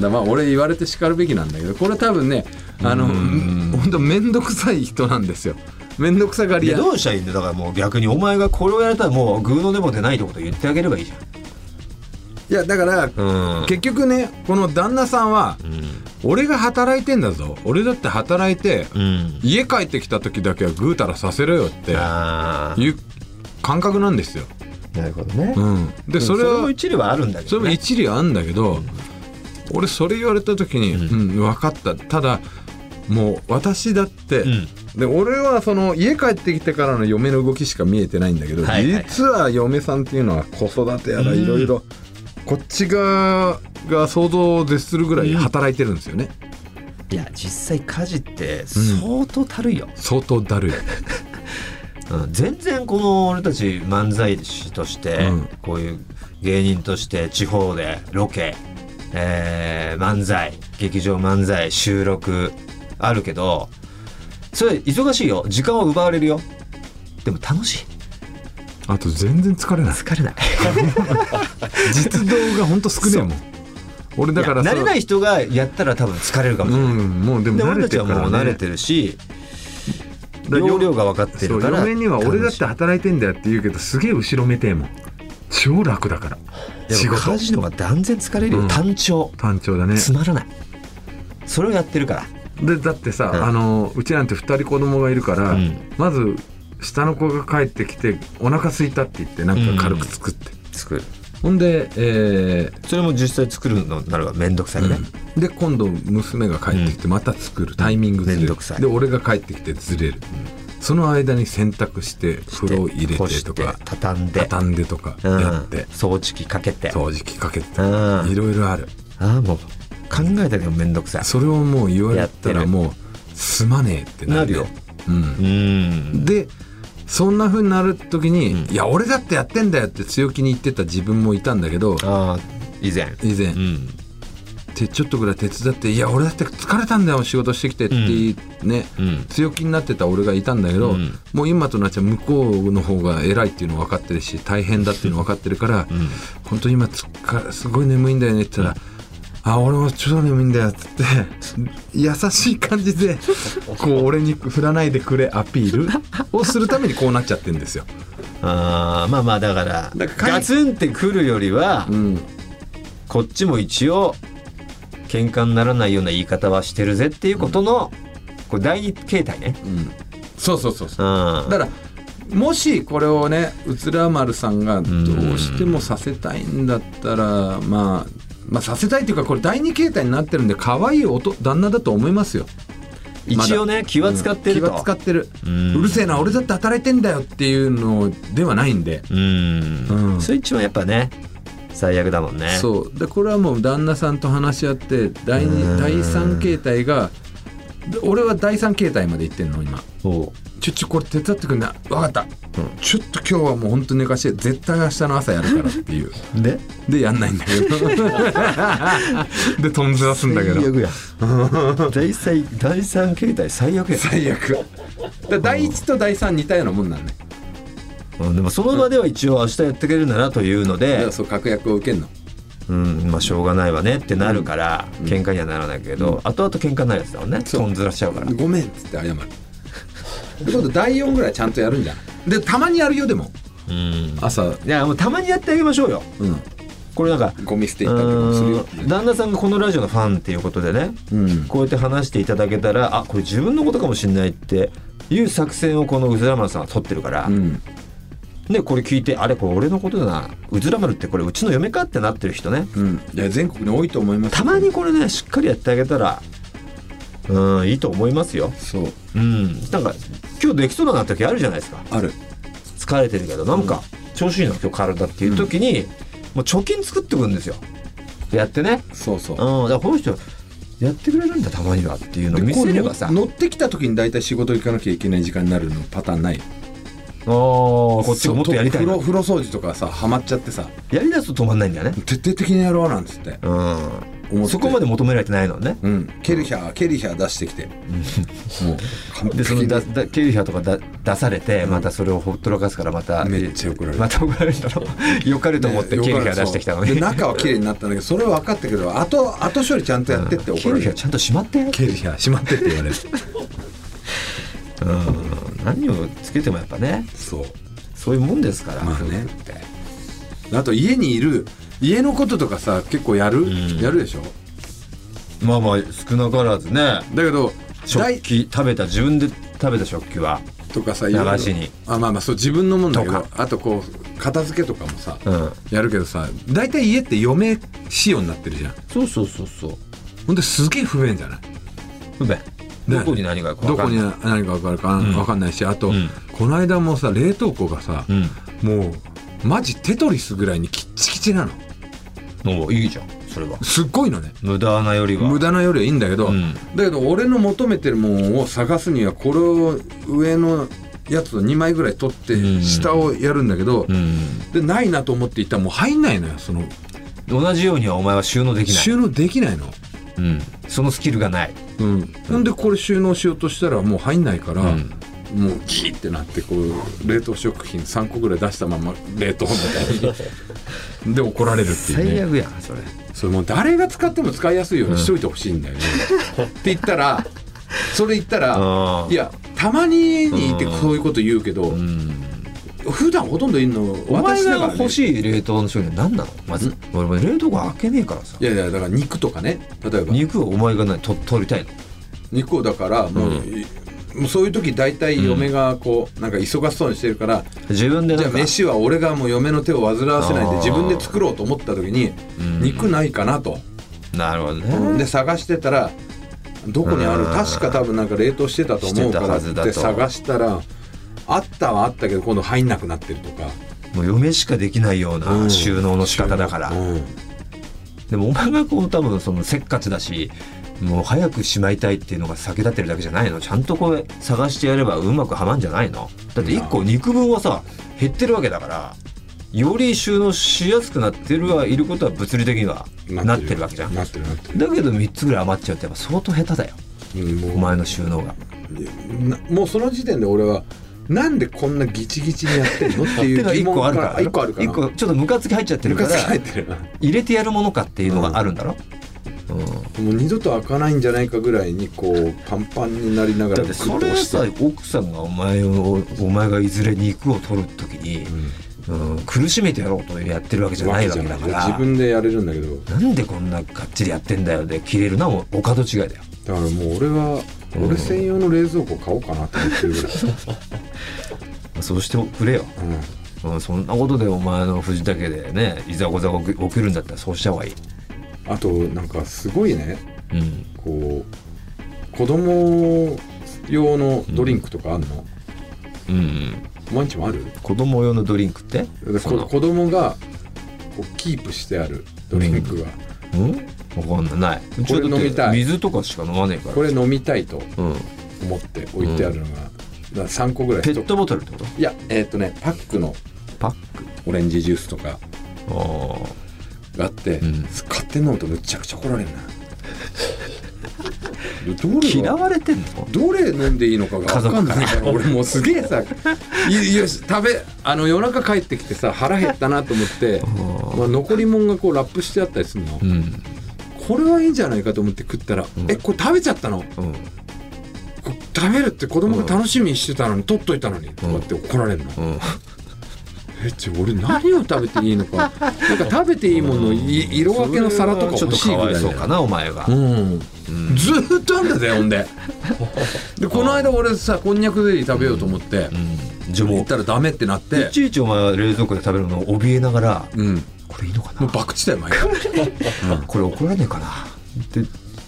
S2: だまあ俺言われて叱るべきなんだけどこれ多分ねあの本当面倒くさい人なんですよ面倒くさがり
S1: いや
S2: 屋
S1: どうしたらいいんだよだからもう逆にお前がこれをやれたらもうグーのでも出ないってこと言ってあげればいいじ
S2: いやだから、
S1: ゃんうん
S2: 結局ねこの旦那さんは、
S1: ん
S2: 俺が働いてんだぞ俺だって働いて、
S1: うん
S2: 家帰ってきた時だけはぐうたらさせろよって
S1: ああ
S2: いう感覚なんですよ、
S1: なるほどね
S2: うん、でそれは、
S1: も一理はあるんだけ
S2: それ
S1: ど
S2: も
S1: ね
S2: 一理あんだけど、俺それ言われた時に、うん分かったただもう私だって、
S1: ん
S2: で俺はその家帰ってきてからの嫁の動きしか見えてないんだけど、
S1: はいはいはい
S2: 実は嫁さんっていうのは子育てやらいろいろこっち側が想像を絶するぐらい働いてるんですよね、
S1: いや実際家事って相当たるいよ、
S2: 相当 だるい、
S1: うん全然この俺たち漫才師として、
S2: うん
S1: こういう芸人として地方でロケ、えー漫才劇場漫才収録あるけどそれ忙しいよ時間を奪われるよでも楽しい
S2: あと全然疲れない
S1: 疲れ ない
S2: 実動がほんと少ねえもん俺だから
S1: いや
S2: さ
S1: 慣れない人がやったら多分疲れるかもし
S2: う
S1: れない、
S2: んもうでも
S1: で
S2: 慣
S1: 俺
S2: れ
S1: た
S2: て
S1: ち
S2: る
S1: は
S2: から、ね、
S1: もう慣れてるし
S2: だから
S1: 容量が分かって
S2: そ
S1: る
S2: う
S1: から
S2: 嫁には俺だ
S1: 楽
S2: っ
S1: して
S2: 働いてんだよって言うけどすげえ後ろめてえもん超楽だから
S1: い
S2: 仕
S1: やっぱ
S2: 事
S1: 家事の方が断然疲れるよ、
S2: うん
S1: 単調
S2: 単調だね
S1: つまらないそれをやってるから
S2: でだってさ、
S1: うん
S2: あのうちなんて2人子供がいるから、
S1: うん
S2: まず下の子が帰ってきてお腹空いたって言ってなんか軽く作って、
S1: 作る
S2: ほんで、えー
S1: それも実際作るのになるわ面倒くさいね、
S2: で今度娘が帰ってきてまた作る、タイミングずれ
S1: めん
S2: る
S1: どくさい
S2: で俺が帰ってきてずれる、その間に洗濯して風呂入れ
S1: 干
S2: て
S1: し
S2: と
S1: て
S2: か
S1: 畳んで
S2: 畳んでとか
S1: うん
S2: やって、
S1: 掃除機かけて
S2: 掃除機かけて
S1: うんあ
S2: いろいろある
S1: あもう考えたけど面倒くさい
S2: それをもう言わ
S1: やっ
S2: れ
S1: て
S2: た
S1: る
S2: らもうすまねえってなる
S1: なるよ
S2: うん、
S1: うん
S2: でそんな風になる時に、
S1: うん
S2: いや俺だってやってんだよって強気に言ってた自分もいたんだけど
S1: ああ以前
S2: 以前、
S1: ん
S2: てちょっとぐらい手伝って「いや俺だって疲れたんだよ仕事してきて」って言いね、
S1: うん
S2: 強気になってた俺がいたんだけど、
S1: うん
S2: もう今となっちゃ向こうの方が偉いっていうの分かってるし大変だっていうの分かってるから、
S1: ん
S2: 本当今つっかすごい眠いんだよねって言ったら「あ俺もちょっと眠いんだよ」っつって 優しい感じでこう俺に振らないでくれアピールをするためにこうなっちゃってるんですよ。
S1: ああまあまあだから
S2: だから
S1: ガツンってくるよりは、
S2: うん、
S1: こっちも一応喧嘩にならないような言い方はしてるぜっていうことの、これ第二形態ね
S2: うん、そうそうそうそううんだからもしこれをねうつら丸さんがどうしてもさせたいんだったら、まあ、まあさせたいっていうかこれ第二形態になってるんで可愛いおと旦那だと思いますよ
S1: 一応ね気は使ってると、
S2: うん気は使ってる、
S1: う
S2: うんるせえな俺だって働いてんだよっていうのではないんで、
S1: うん
S2: うん
S1: それ一番やっぱね最悪だもんね
S2: そうでこれはもう旦那さんと話し合って第
S1: うん
S2: 二第三形態がで俺は第三形態まで行ってんの今
S1: おう
S2: ちょちょこれ手伝ってくんな分かった、ちょっと今日はもうほんと寝かして絶対明日の朝やるからっていう
S1: で
S2: でやんないんだ けどでとんずらすんだけど
S1: 悪や 第三第三形態最悪や
S2: 最悪だから第一と第三似たようなもんなんね
S1: うんでもその場では一応明日やってくれるならというの
S2: だか
S1: で
S2: ら、そう確約を受けんの
S1: うんまあ、しょうがないわねってなるから、喧嘩にはならないけど、後々喧嘩になるやつだもんね
S2: そう
S1: とんずらしちゃうから
S2: ごめんっつって謝るってこと第4ぐらいちゃんとやるんじゃんでたまにやるよでも
S1: うん
S2: 朝、
S1: いやもうたまにやってあげましょうよ
S2: うん、
S1: これなんか
S2: ゴミ捨て行ったりもするよっていう
S1: うん旦那さんがこのラジオのファンっていうことでね
S2: うん
S1: こうやって話していただけたらあこれ自分のことかもしれないっていう作戦をこのうずら丸さんは取ってるから、
S2: うん
S1: でこれ聞いてあれこれ俺のことだなうずら丸ってこれうちの嫁かってなってる人ね
S2: うん、いや全国に多いと思います
S1: たまにこれねしっかりやってあげたらうんいいと思いますよ
S2: そう
S1: うんなんか今日できそうだな時あるじゃないですか
S2: ある
S1: 疲れてるけどなんか調子いいな今日体っていう時に、もう貯金作ってくんですよやってね
S2: そうそう
S1: うんだからこの人やってくれるんだたまにはっていうのを見せればさ
S2: こう乗ってきた時に大体仕事行かなきゃいけない時間になるのパターンない
S1: あーこっちがもっとやりたい
S2: 風
S1: な
S2: 呂風呂掃除とかさハマっちゃってさ
S1: やりだすと止まんないんだよね
S2: 徹底的にやろうなんつって
S1: う
S2: 思って
S1: んそこまで求められてないのね
S2: うんケルヒャーケルヒャー出してきてもう完
S1: でそ
S2: 璧
S1: の
S2: に
S1: だだケルヒャーとかだ出されて、またそれをほっとらかすからまた
S2: めっちゃ怒られる
S1: また怒られるんだろよかれと思ってケ
S2: ね
S1: ルヒャー出してきたの
S2: そう
S1: に
S2: で中は綺麗になったんだけどそれは分かったけど後後処理ちゃんとやってって
S1: ケ
S2: 怒ら
S1: ルヒャー
S2: れる
S1: ちゃんとしまって
S2: ケルヒャーしまってって言われる
S1: うん何をつけてもやっぱね
S2: そう
S1: そういうもんですから
S2: まあね
S1: 夫婦って
S2: あと家にいる家のこととかさ結構やる、
S1: ん
S2: やるでしょ
S1: まあまあ少なからずね
S2: だけど
S1: 食器食べた自分で食べた食器は
S2: とかさ
S1: 流しに
S2: いろいろあまあまあそう自分のもんだけ
S1: と
S2: ど
S1: か
S2: あとこう片付けとかもさ、
S1: うん
S2: やるけどさ大体家って余命仕様になってるじゃん
S1: そうそうそうそう
S2: ほんですげえ不便じゃない
S1: 不便どこに何が
S2: どこに
S1: あ
S2: 何が分かるか分かんないし、あと、
S1: うん
S2: この間もさ冷凍庫がさ
S1: う、ん
S2: もうマジテトリスぐらいにキッチキチなの
S1: のいいじゃんそれは
S2: すっごいのね
S1: 無駄なよりは
S2: 無駄なよりはいいんだけど、
S1: うん
S2: だけど俺の求めてるもんを探すにはこれを上のやつを2枚ぐらい取って
S1: うん
S2: 下をやるんだけど、
S1: うん
S2: でないなと思っていったらもう入んないのよその
S1: 同じようにはお前は収納できない、
S2: 収納できないの。
S1: うん、そのスキルがない
S2: うん、ほんでこれ収納しようとしたらもう入んないから、
S1: うん
S2: もうギーってなってこう冷凍食品3個ぐらい出したまま冷凍みたい にで怒られるっていう
S1: 最
S2: ね
S1: 悪やんそれ
S2: それもう誰が使っても使いやすいようにしといてほしいんだよね、って言っ たらそれ言ったら
S1: あー
S2: いやたまににって
S1: うん
S2: そういうこと言うけど
S1: うん
S2: 普段ほとんどいるの
S1: お前
S2: 私だか
S1: が
S2: ら、ね、
S1: 欲しい冷凍の商品は何なのまず俺も冷凍庫開けねえからさ
S2: いやいやだから肉とかね例えば
S1: 肉をお前が何と取りたいの
S2: 肉をだからもう,、もうそういう時大体嫁がこうなんか忙しそうにしてるから、
S1: 自分で
S2: じ
S1: な
S2: ゃあ
S1: んか
S2: 飯は俺がもう嫁の手を煩わせない
S1: あ
S2: で
S1: ー
S2: 自分で作ろうと思った時に
S1: ん
S2: 肉ないかなと、
S1: なるほどね
S2: で探してたらどこにある
S1: うん
S2: 確か多分なんか冷凍してたと思う
S1: してた
S2: から
S1: は
S2: っ
S1: ずだと
S2: て探したらあったはあったけど今度入んなくなってるとか
S1: もう嫁しかできないよう
S2: う
S1: なん収納の仕方だから、
S2: うん
S1: でもお前がこう多分そのせっかちだしもう早くしまいたいっていうのが先立ってるだけじゃないのちゃんとこう探してやればうまくはまんじゃないのだって1個肉分はさ減ってるわけだからより収納しやすくなってるはいることは物理的にはなってるわけじゃんだ
S2: なってるなって
S1: けど3つぐらい余っちゃうってやっぱ相当下手だよ
S2: るうんもう
S1: お前の収納が
S2: なもうその時点で俺はなんでこんなギチギチにやってんのっていう
S1: 手が
S2: 疑
S1: 1
S2: 問
S1: 個ある
S2: か
S1: から
S2: ら一個あるから
S1: 一個ちょっとムカつき入っちゃってるから
S2: ムカつき入ってるな
S1: 入れてやるものかっていうのがあるんだろ、うん
S2: もう二度と開かないんじゃないかぐらいにこうパンパンになりなが
S1: だ
S2: ら
S1: って
S2: グ
S1: そ
S2: ッと
S1: れ
S2: 押
S1: さ
S2: して
S1: 奥さんがお前をお前がいずれ肉を取る時に、うん苦しめてやろうとやってるわけじゃないわけだか
S2: 自
S1: ら
S2: 分でやれるんだけど
S1: なんでこんながっちりやってんだよで切れるなもうお門違いだよ
S2: だからもう俺は俺専用の冷蔵庫買おうかなって思ってるぐらい、
S1: そうしてくれよ、
S2: うん
S1: うん、そんなことでお前の藤田家でねいざこざが起き起きるんだったらそうした方がいい、
S2: あとなんかすごいね
S1: うん、
S2: こう子供用のドリンクとかあんの、
S1: うんうん
S2: 毎日もある
S1: 子供用のドリンクって
S2: で
S1: そ
S2: こ
S1: の
S2: 子供がこうキープしてあるドリンクが、
S1: うんわかんないないうちはだって
S2: これ飲みたい
S1: 水とかしか飲まねえから
S2: これ飲みたいと
S1: うん、
S2: 思って置いてあるのが、だから3個ぐらい
S1: ペットボトルってこと
S2: いやえっ、とねパックの
S1: パック
S2: オレンジジュースとか
S1: ああ
S2: があって、
S1: ん
S2: 買って飲むとむちゃくちゃ怒られ るなどれ
S1: 嫌
S2: が
S1: われてんの
S2: どれ飲んでいいのかが分かんないから俺もうすげ えさいよし食べあの夜中帰ってきてさ腹減ったなと思って、まあ、残り物がこうラップしてあったりするの、
S1: うん
S2: これはいいんじゃないかと思って食ったら、えこれ食べちゃったの
S1: うん
S2: こ食べるって子供が楽しみにしてたのに、取っといたのにとかって怒られるの、
S1: うん
S2: えちょ俺何を食べていいの かなんか食べていいもの、い色分けの皿とか
S1: ちょっ
S2: 欲
S1: と
S2: しい
S1: か
S2: ぐ
S1: わ
S2: らい
S1: い
S2: だ
S1: そ
S2: よ
S1: うかなお前が
S2: うん、ずーっとあんだぜほ んででこの間俺さこんにゃくゼリー食べようと思って、
S1: じゃあ
S2: 行
S1: も
S2: ったらダメってなっ
S1: うい
S2: て、
S1: ちいちお前は冷蔵庫で食べるのを怯えながら
S2: うん、
S1: これいいのか
S2: もう
S1: な
S2: 博打だよ毎回、
S1: これ怒らねえかなって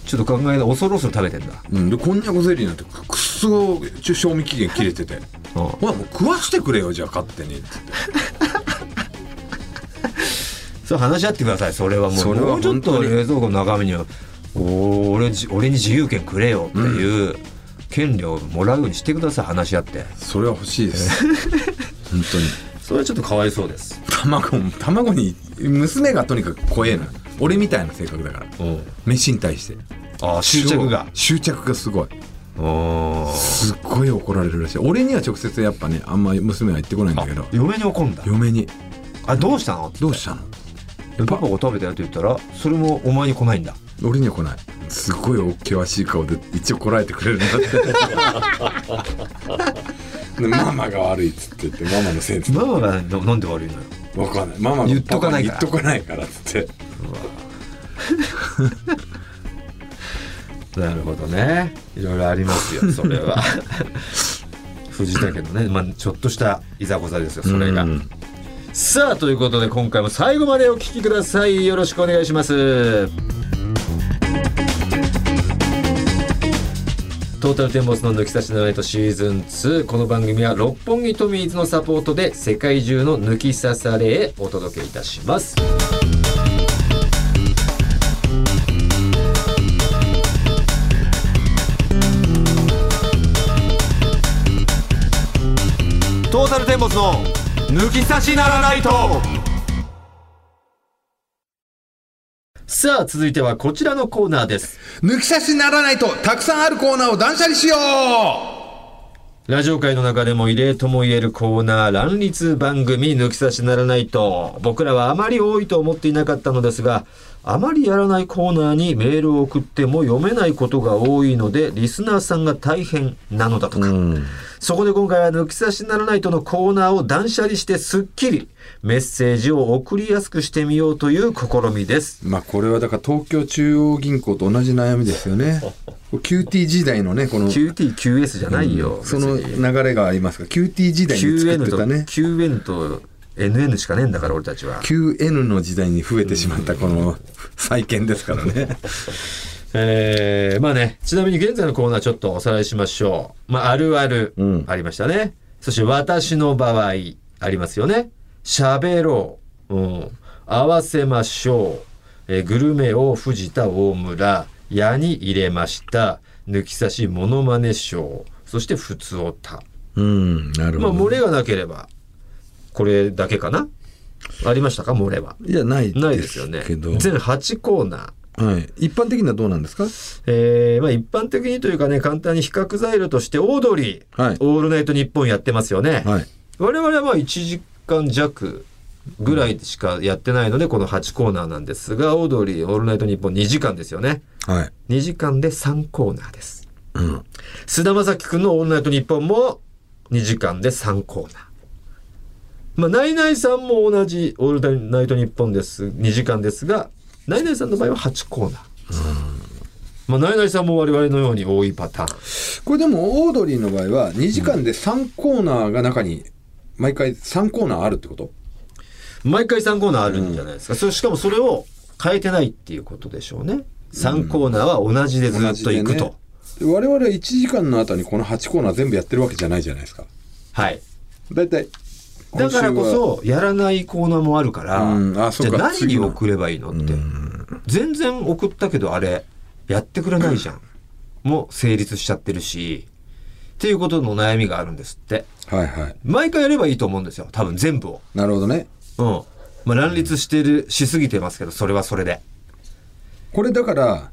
S1: ちょっと考えな恐る恐る食べてんだ
S2: うん、でこんにゃくゼリーなんてくっそ一応賞味期限切れてて
S1: うん
S2: ほらもう食わしてくれよじゃあ勝手にっつって
S1: それ話し合ってくださいそれはもう
S2: それは
S1: もうちょっ
S2: 本
S1: と
S2: 当に
S1: 冷蔵庫の中身にはお俺じ俺に自由権くれよっていう権利をもらうようにしてください話し合って
S2: それは欲しいです 本当に
S1: それはちょっとかわいそうです
S2: 卵も卵に娘がとにかく怖えな俺みたいな性格だから飯に対して
S1: ああ執着が
S2: 執着がすごい
S1: おー
S2: すっごい怒られるらしい俺には直接やっぱねあんま娘は言ってこないんだけど
S1: 嫁に怒んだ
S2: 嫁に
S1: あどうしたの
S2: 「どうしたの?
S1: でパパが食べたよって言ったらそれもお前に来ないんだ」
S2: 俺には来ないすごいお険しい顔で一応こらえてくれるんだって でママが悪いっつって言ってママのせいっつっ
S1: ママがななんで悪いのよ
S2: てわかんないママが
S1: 言っとかないか
S2: 言
S1: ら
S2: っとかないからっつって
S1: なるほどねいろいろあります よそれは藤田家のね、まあ、ちょっとしたいざこざですよそれが、
S2: うん
S1: さあということで今回も最後までお聞きくださいよろしくお願いしますトータルテンボスの抜き差しならないとシーズン2この番組は六本木トミーズのサポートで世界中の抜き差されへお届けいたしますトータルテンボスの抜き差しならないとさあ続いてはこちらのコーナーです
S2: 抜き差しならないとたくさんあるコーナーを断捨離しよう
S1: ラジオ界の中でも異例とも言えるコーナー乱立番組抜き差しならないと僕らはあまり多いと思っていなかったのですがあまりやらないコーナーにメールを送っても読めないことが多いのでリスナーさんが大変なのだとか、そこで今回は抜き差しならないとのコーナーを断捨離してすっきりメッセージを送りやすくしてみようという試みです
S2: まあこれはだから東京中央銀行と同じ悩みですよ ね QT 時代のねこの
S1: QTQS じゃないよ、
S2: その流れがありますが QT 時代に
S1: QN
S2: 作ってたね
S1: と QN と NN しかねえんだから俺たちは
S2: QN の時代に増えてしまったこの再建ですからね
S1: えーまあね、ちなみに現在のコーナーちょっとおさらいしましょう。まあ、あるある
S2: うん、
S1: ありましたね。そして、私の場合、ありますよね。喋ろう。うん。合わせましょう。えーグルメを藤田大村、矢に入れました。抜き差しモノマネショー。そして、ふつおた。
S2: うんなる
S1: まあ、
S2: ほど、
S1: 漏れがなければ、これだけかなありましたか漏れは。
S2: いやない
S1: ないですよね。
S2: けど、
S1: 全8コーナー。
S2: はい、一般的にはどうなんですか
S1: えーまあ、一般的にというかね簡単に比較材料としてオードリー、
S2: はい
S1: オールナイトニッポンやってますよね、
S2: はい
S1: 我々はまあ1時間弱ぐらいしかやってないのでこの8コーナーなんですがオードリーオールナイトニッポン2時間ですよね
S2: はい、
S1: 2時間で3コーナーです
S2: うん、
S1: 菅田将暉君の「オールナイトニッポン」も2時間で3コーナー。まあ、ナイナイさんも同じ「オールナイトニッポン」です2時間ですがナイナイさんの場合は8コーナー。まあ、ナイナイさんも我々のように多いパターン。
S2: これでもオードリーの場合は2時間で3コーナーが中に毎回3コーナーあるってこと
S1: 毎回3コーナーあるんじゃないですか。それしかもそれを変えてないっていうことでしょうね。3コーナーは同じでずっと行くと。
S2: で我々は1時間の後にこの8コーナー全部やってるわけじゃないじゃないですか
S1: はい。
S2: 大体
S1: だからこそやらないコーナーもあるから、
S2: うんあ
S1: じ
S2: そ
S1: ゃ
S2: う
S1: あ
S2: か
S1: 何に
S2: 次の
S1: 送ればいいのって全然送ったけどあれやってくれないじゃんもう成立しちゃってるしっていうことの悩みがあるんですって
S2: 今週ははいはい
S1: 毎回やればいいと思うんですよ多分全部を
S2: なるほどね
S1: うんまあ乱立してるしすぎてますけどそれはそれで
S2: これだから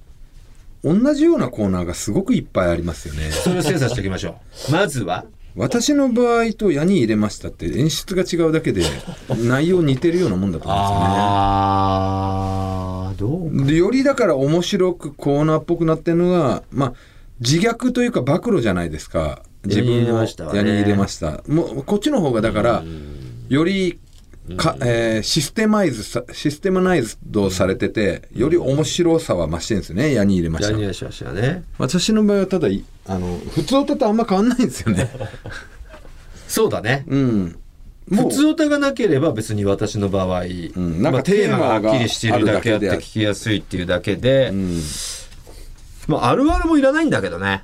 S2: 同じようなコーナーがすごくいっぱいありますよね
S1: それを精査していきましょうまずは
S2: 私の場合と矢に入れましたって演出が違うだけ で内容似てるようなもんだと思うんですよね
S1: ああどう
S2: でよりだから面白くコーナーっぽくなってるのがまあ自虐というか暴露じゃないですか自分をやり入れました、ね、もうこっちの方がだからよりか、えー、システマイズさシステマナイズドされててより面白さは増してるんですね矢に入れました
S1: 矢に入れましたね
S2: 私の場合はただあの普通歌とあんま変わんないんですよ ね
S1: そうだね
S2: うん
S1: 普通歌がなければ別に私の場合、うん、なんかテーマがはっきりしてるだけあって聞きやすいっていうだけで、うん、まあ、あるあるもいらないんだけどね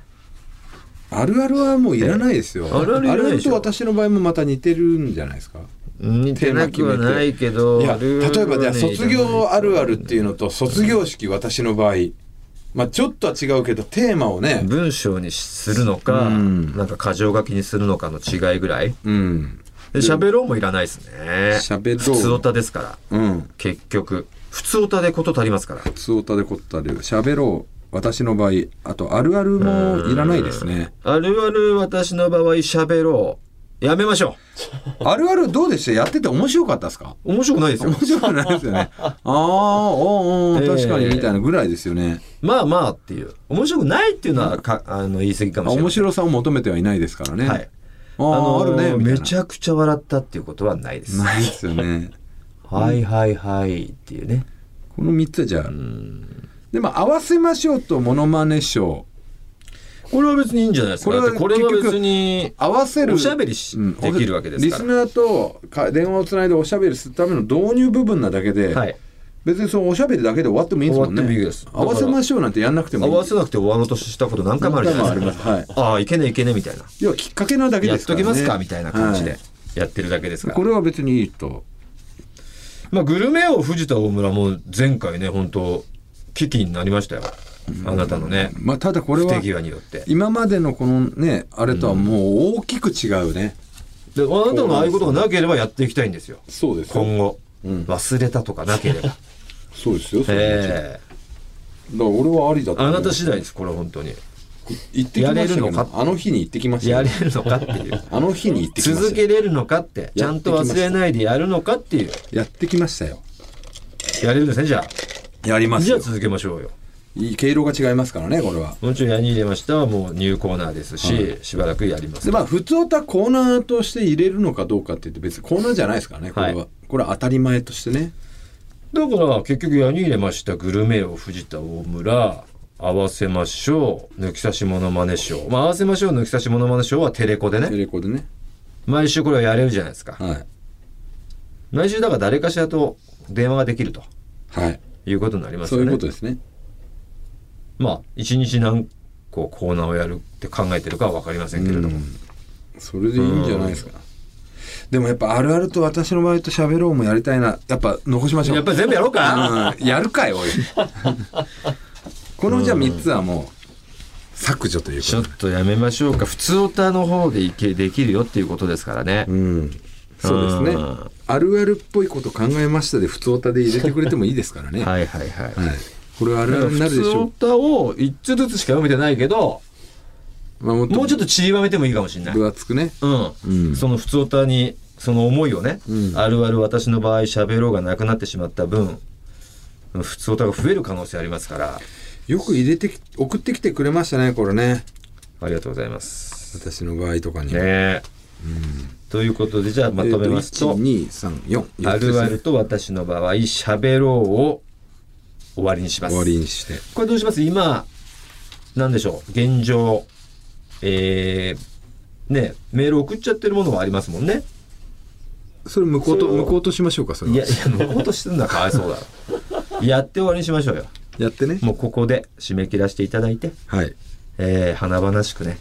S2: あるあるはもういらないですよ、
S1: あるある
S2: あるあると私の場合もまた似てるんじゃないですか
S1: 似てなくはないけど
S2: いや例えばじゃあ卒業あるあるっていうのと卒業式私の場合、まあ、ちょっとは違うけどテーマをね
S1: 文章にするのか、うん、なんか箇条書きにするのかの違いぐらい、
S2: うん、
S1: で喋ろうもいらないですね
S2: 喋、
S1: ろう普通歌ですから
S2: うん、
S1: 結局普通歌でこと足りますから
S2: 普通歌でこと足りる喋ろう私の場合あとあるあるもいらないですね
S1: あるある私の場合喋ろうやめましょ
S2: う。あるあるどうでしたやってて面白かったですか
S1: 面白くないですよ。
S2: 面白くないですよ ね。ああ、おーおー、確かにみたいなぐらいですよね。
S1: えー、まあまあっていう。面白くないっていうのはか、あの言い過ぎかもしれない。
S2: 面白さを求めてはいないですからね。
S1: はい。
S2: あのあるね
S1: めちゃくちゃ笑ったっていうことはないです。
S2: ないですよね。
S1: はいはいはいっていうね。
S2: この3つじゃあ。でも合わせましょうとモノマネショー。
S1: これは別にいいんじゃないですか。これはこれは別に
S2: 合わせる
S1: おしゃべりし、うん、できるわけです
S2: リスナーとか電話をつないでおしゃべりするための導入部分なだけで、
S1: はい、
S2: 別にそのおしゃべりだけで終わってもいいですもんね。
S1: いい
S2: 合わせましょうなんてやんなくても
S1: 合わせなくて終わろうとしたこと何回もあるじゃないですか。
S2: はい、
S1: ああいけねいけねみたいな。
S2: 要はきっかけなだけですから、ね、
S1: やっときますかみたいな感じでやってるだけですから。
S2: はい、これは別にいいと。
S1: まあグルメ王藤田大村も前回ね本当危機になりましたよ。あなたのね、
S2: まあ、ただこれは今までのこのねあれとはもう大きく違うね、
S1: うん、であなたのああいうことがなければやっていきたいんですよ
S2: そうです
S1: 今後、うん、忘れたとかなければ
S2: そうですよ
S1: え
S2: えー、だから俺はありだ
S1: あなた次第ですこれ本当に
S2: 行ってきましたのかあの日に行ってきました
S1: やれるのかっていう
S2: あの日に行ってきました
S1: 続けれるのかってちゃんと忘れないでやるのかっていう
S2: やってきましたよ
S1: やれるんですねじゃ
S2: あやります
S1: じゃあ続けましょうよ
S2: いい毛色が違いますからねこれは
S1: もちろん矢に入れましたはもうニューコーナーですし、はい、しばらくやります
S2: でまあ普通歌コーナーとして入れるのかどうかって言って別にコーナーじゃないですからねこれは、はい、これは当たり前としてね
S1: だから結局矢に入れましたグルメを藤田大村合わせましょう抜き差しものまね賞まあ合わせましょう抜き差しものまね賞はテレコでね
S2: テレコでね
S1: 毎週これはやれるじゃないですか
S2: はい
S1: 毎週だから誰かしらと電話ができると
S2: はい
S1: いうことになります
S2: ねそういうことですね
S1: まあ、一日何個コーナーをやるって考えてるかは分かりませんけれども、
S2: それでいいんじゃないですか、でもやっぱあるあると私の場合と喋ろうもやりたいなやっぱ残しましょう
S1: やっぱ全部やろうか、
S2: やるかいおいこのじゃあ3つはもう削除ということ
S1: ちょっとやめましょうか普通歌の方でいけできるよっていうことですからね
S2: うんそうですねあるあるっぽいこと考えましたで普通歌で入れてくれてもいいですからね
S1: はいはいはい、はい
S2: これあれになるでしょ
S1: う。歌を一つずつしか読めてないけど、
S2: まあ、も
S1: うちょっとちりばめてもいいかもしれない。
S2: 分厚くね。
S1: うん。うん、その普通歌に、その思いをね、うん、あるある私の場合喋ろうがなくなってしまった分、普通歌が増える可能性ありますから。
S2: よく入れて送ってきてくれましたね、これね。
S1: ありがとうございます。
S2: 私の場合とかに。
S1: ね
S2: うん、
S1: ということで、じゃあまとめますと、え
S2: ー、
S1: とあるあると私の場合、喋ろうを終わりにします。
S2: 終わりにして。
S1: これどうします今、なんでしょう。現状、えー、ね、メール送っちゃってるものはありますもんね。
S2: それ向こうと、向こうとしましょうか、それ
S1: いや、いや、向こうとしてるのはかわいそうだ やって終わりにしましょうよ。
S2: やってね。
S1: もうここで締め切らせていただいて、
S2: はい。
S1: えー、華々しくね、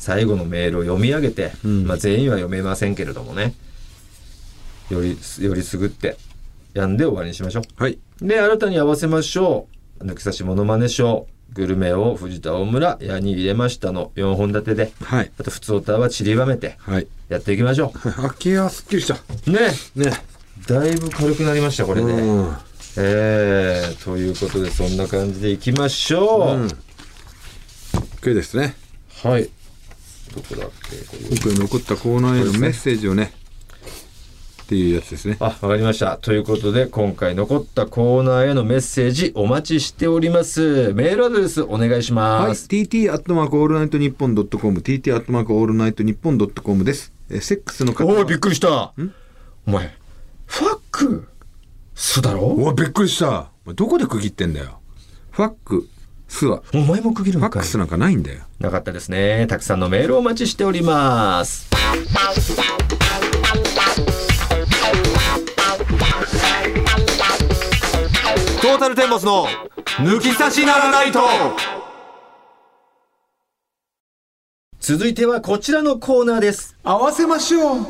S1: 最後のメールを読み上げて、うん、まあ全員は読めませんけれどもね、より、よりすぐって、やんで終わりにしましょ
S2: う。はい。
S1: で、新たに合わせましょう。抜き差しものまねショー。グルメを藤田大村、矢に入れましたの4本立てで。
S2: はい。
S1: あと、普通歌は散りばめて。
S2: はい。
S1: やっていきましょう。
S2: はい、あ、気がすっきりした。
S1: ね。
S2: ね。
S1: だいぶ軽くなりました、これで。えー、ということで、そんな感じでいきましょう。うん。
S2: OK ですね。
S1: はい。
S2: どこだっけ今回残ったコーナーへのメッセージをね。っていうやつですね
S1: あ、わかりました。ということで、今回残ったコーナーへのメッセージお待ちしております。メールアドレスお願いし
S2: はい、
S1: ます。
S2: TT アットマークオールナイトニッポンドットコム TT アットマークオールナイトニッポンドットコムですえーセックスの方は
S1: おい、びっくりした。お前、ファックすだろ
S2: うわびっくりしたお前どこで区切ってんだよファックスは
S1: お前も区切る
S2: ファ
S1: の
S2: ッ
S1: か
S2: ク
S1: い
S2: スなんかないんだよ
S1: なかったですね。たくさんのメールをお待ちしております。トータルテンボスの抜き差しならないと続いてはこちらのコーナーです。
S2: 合わせましょう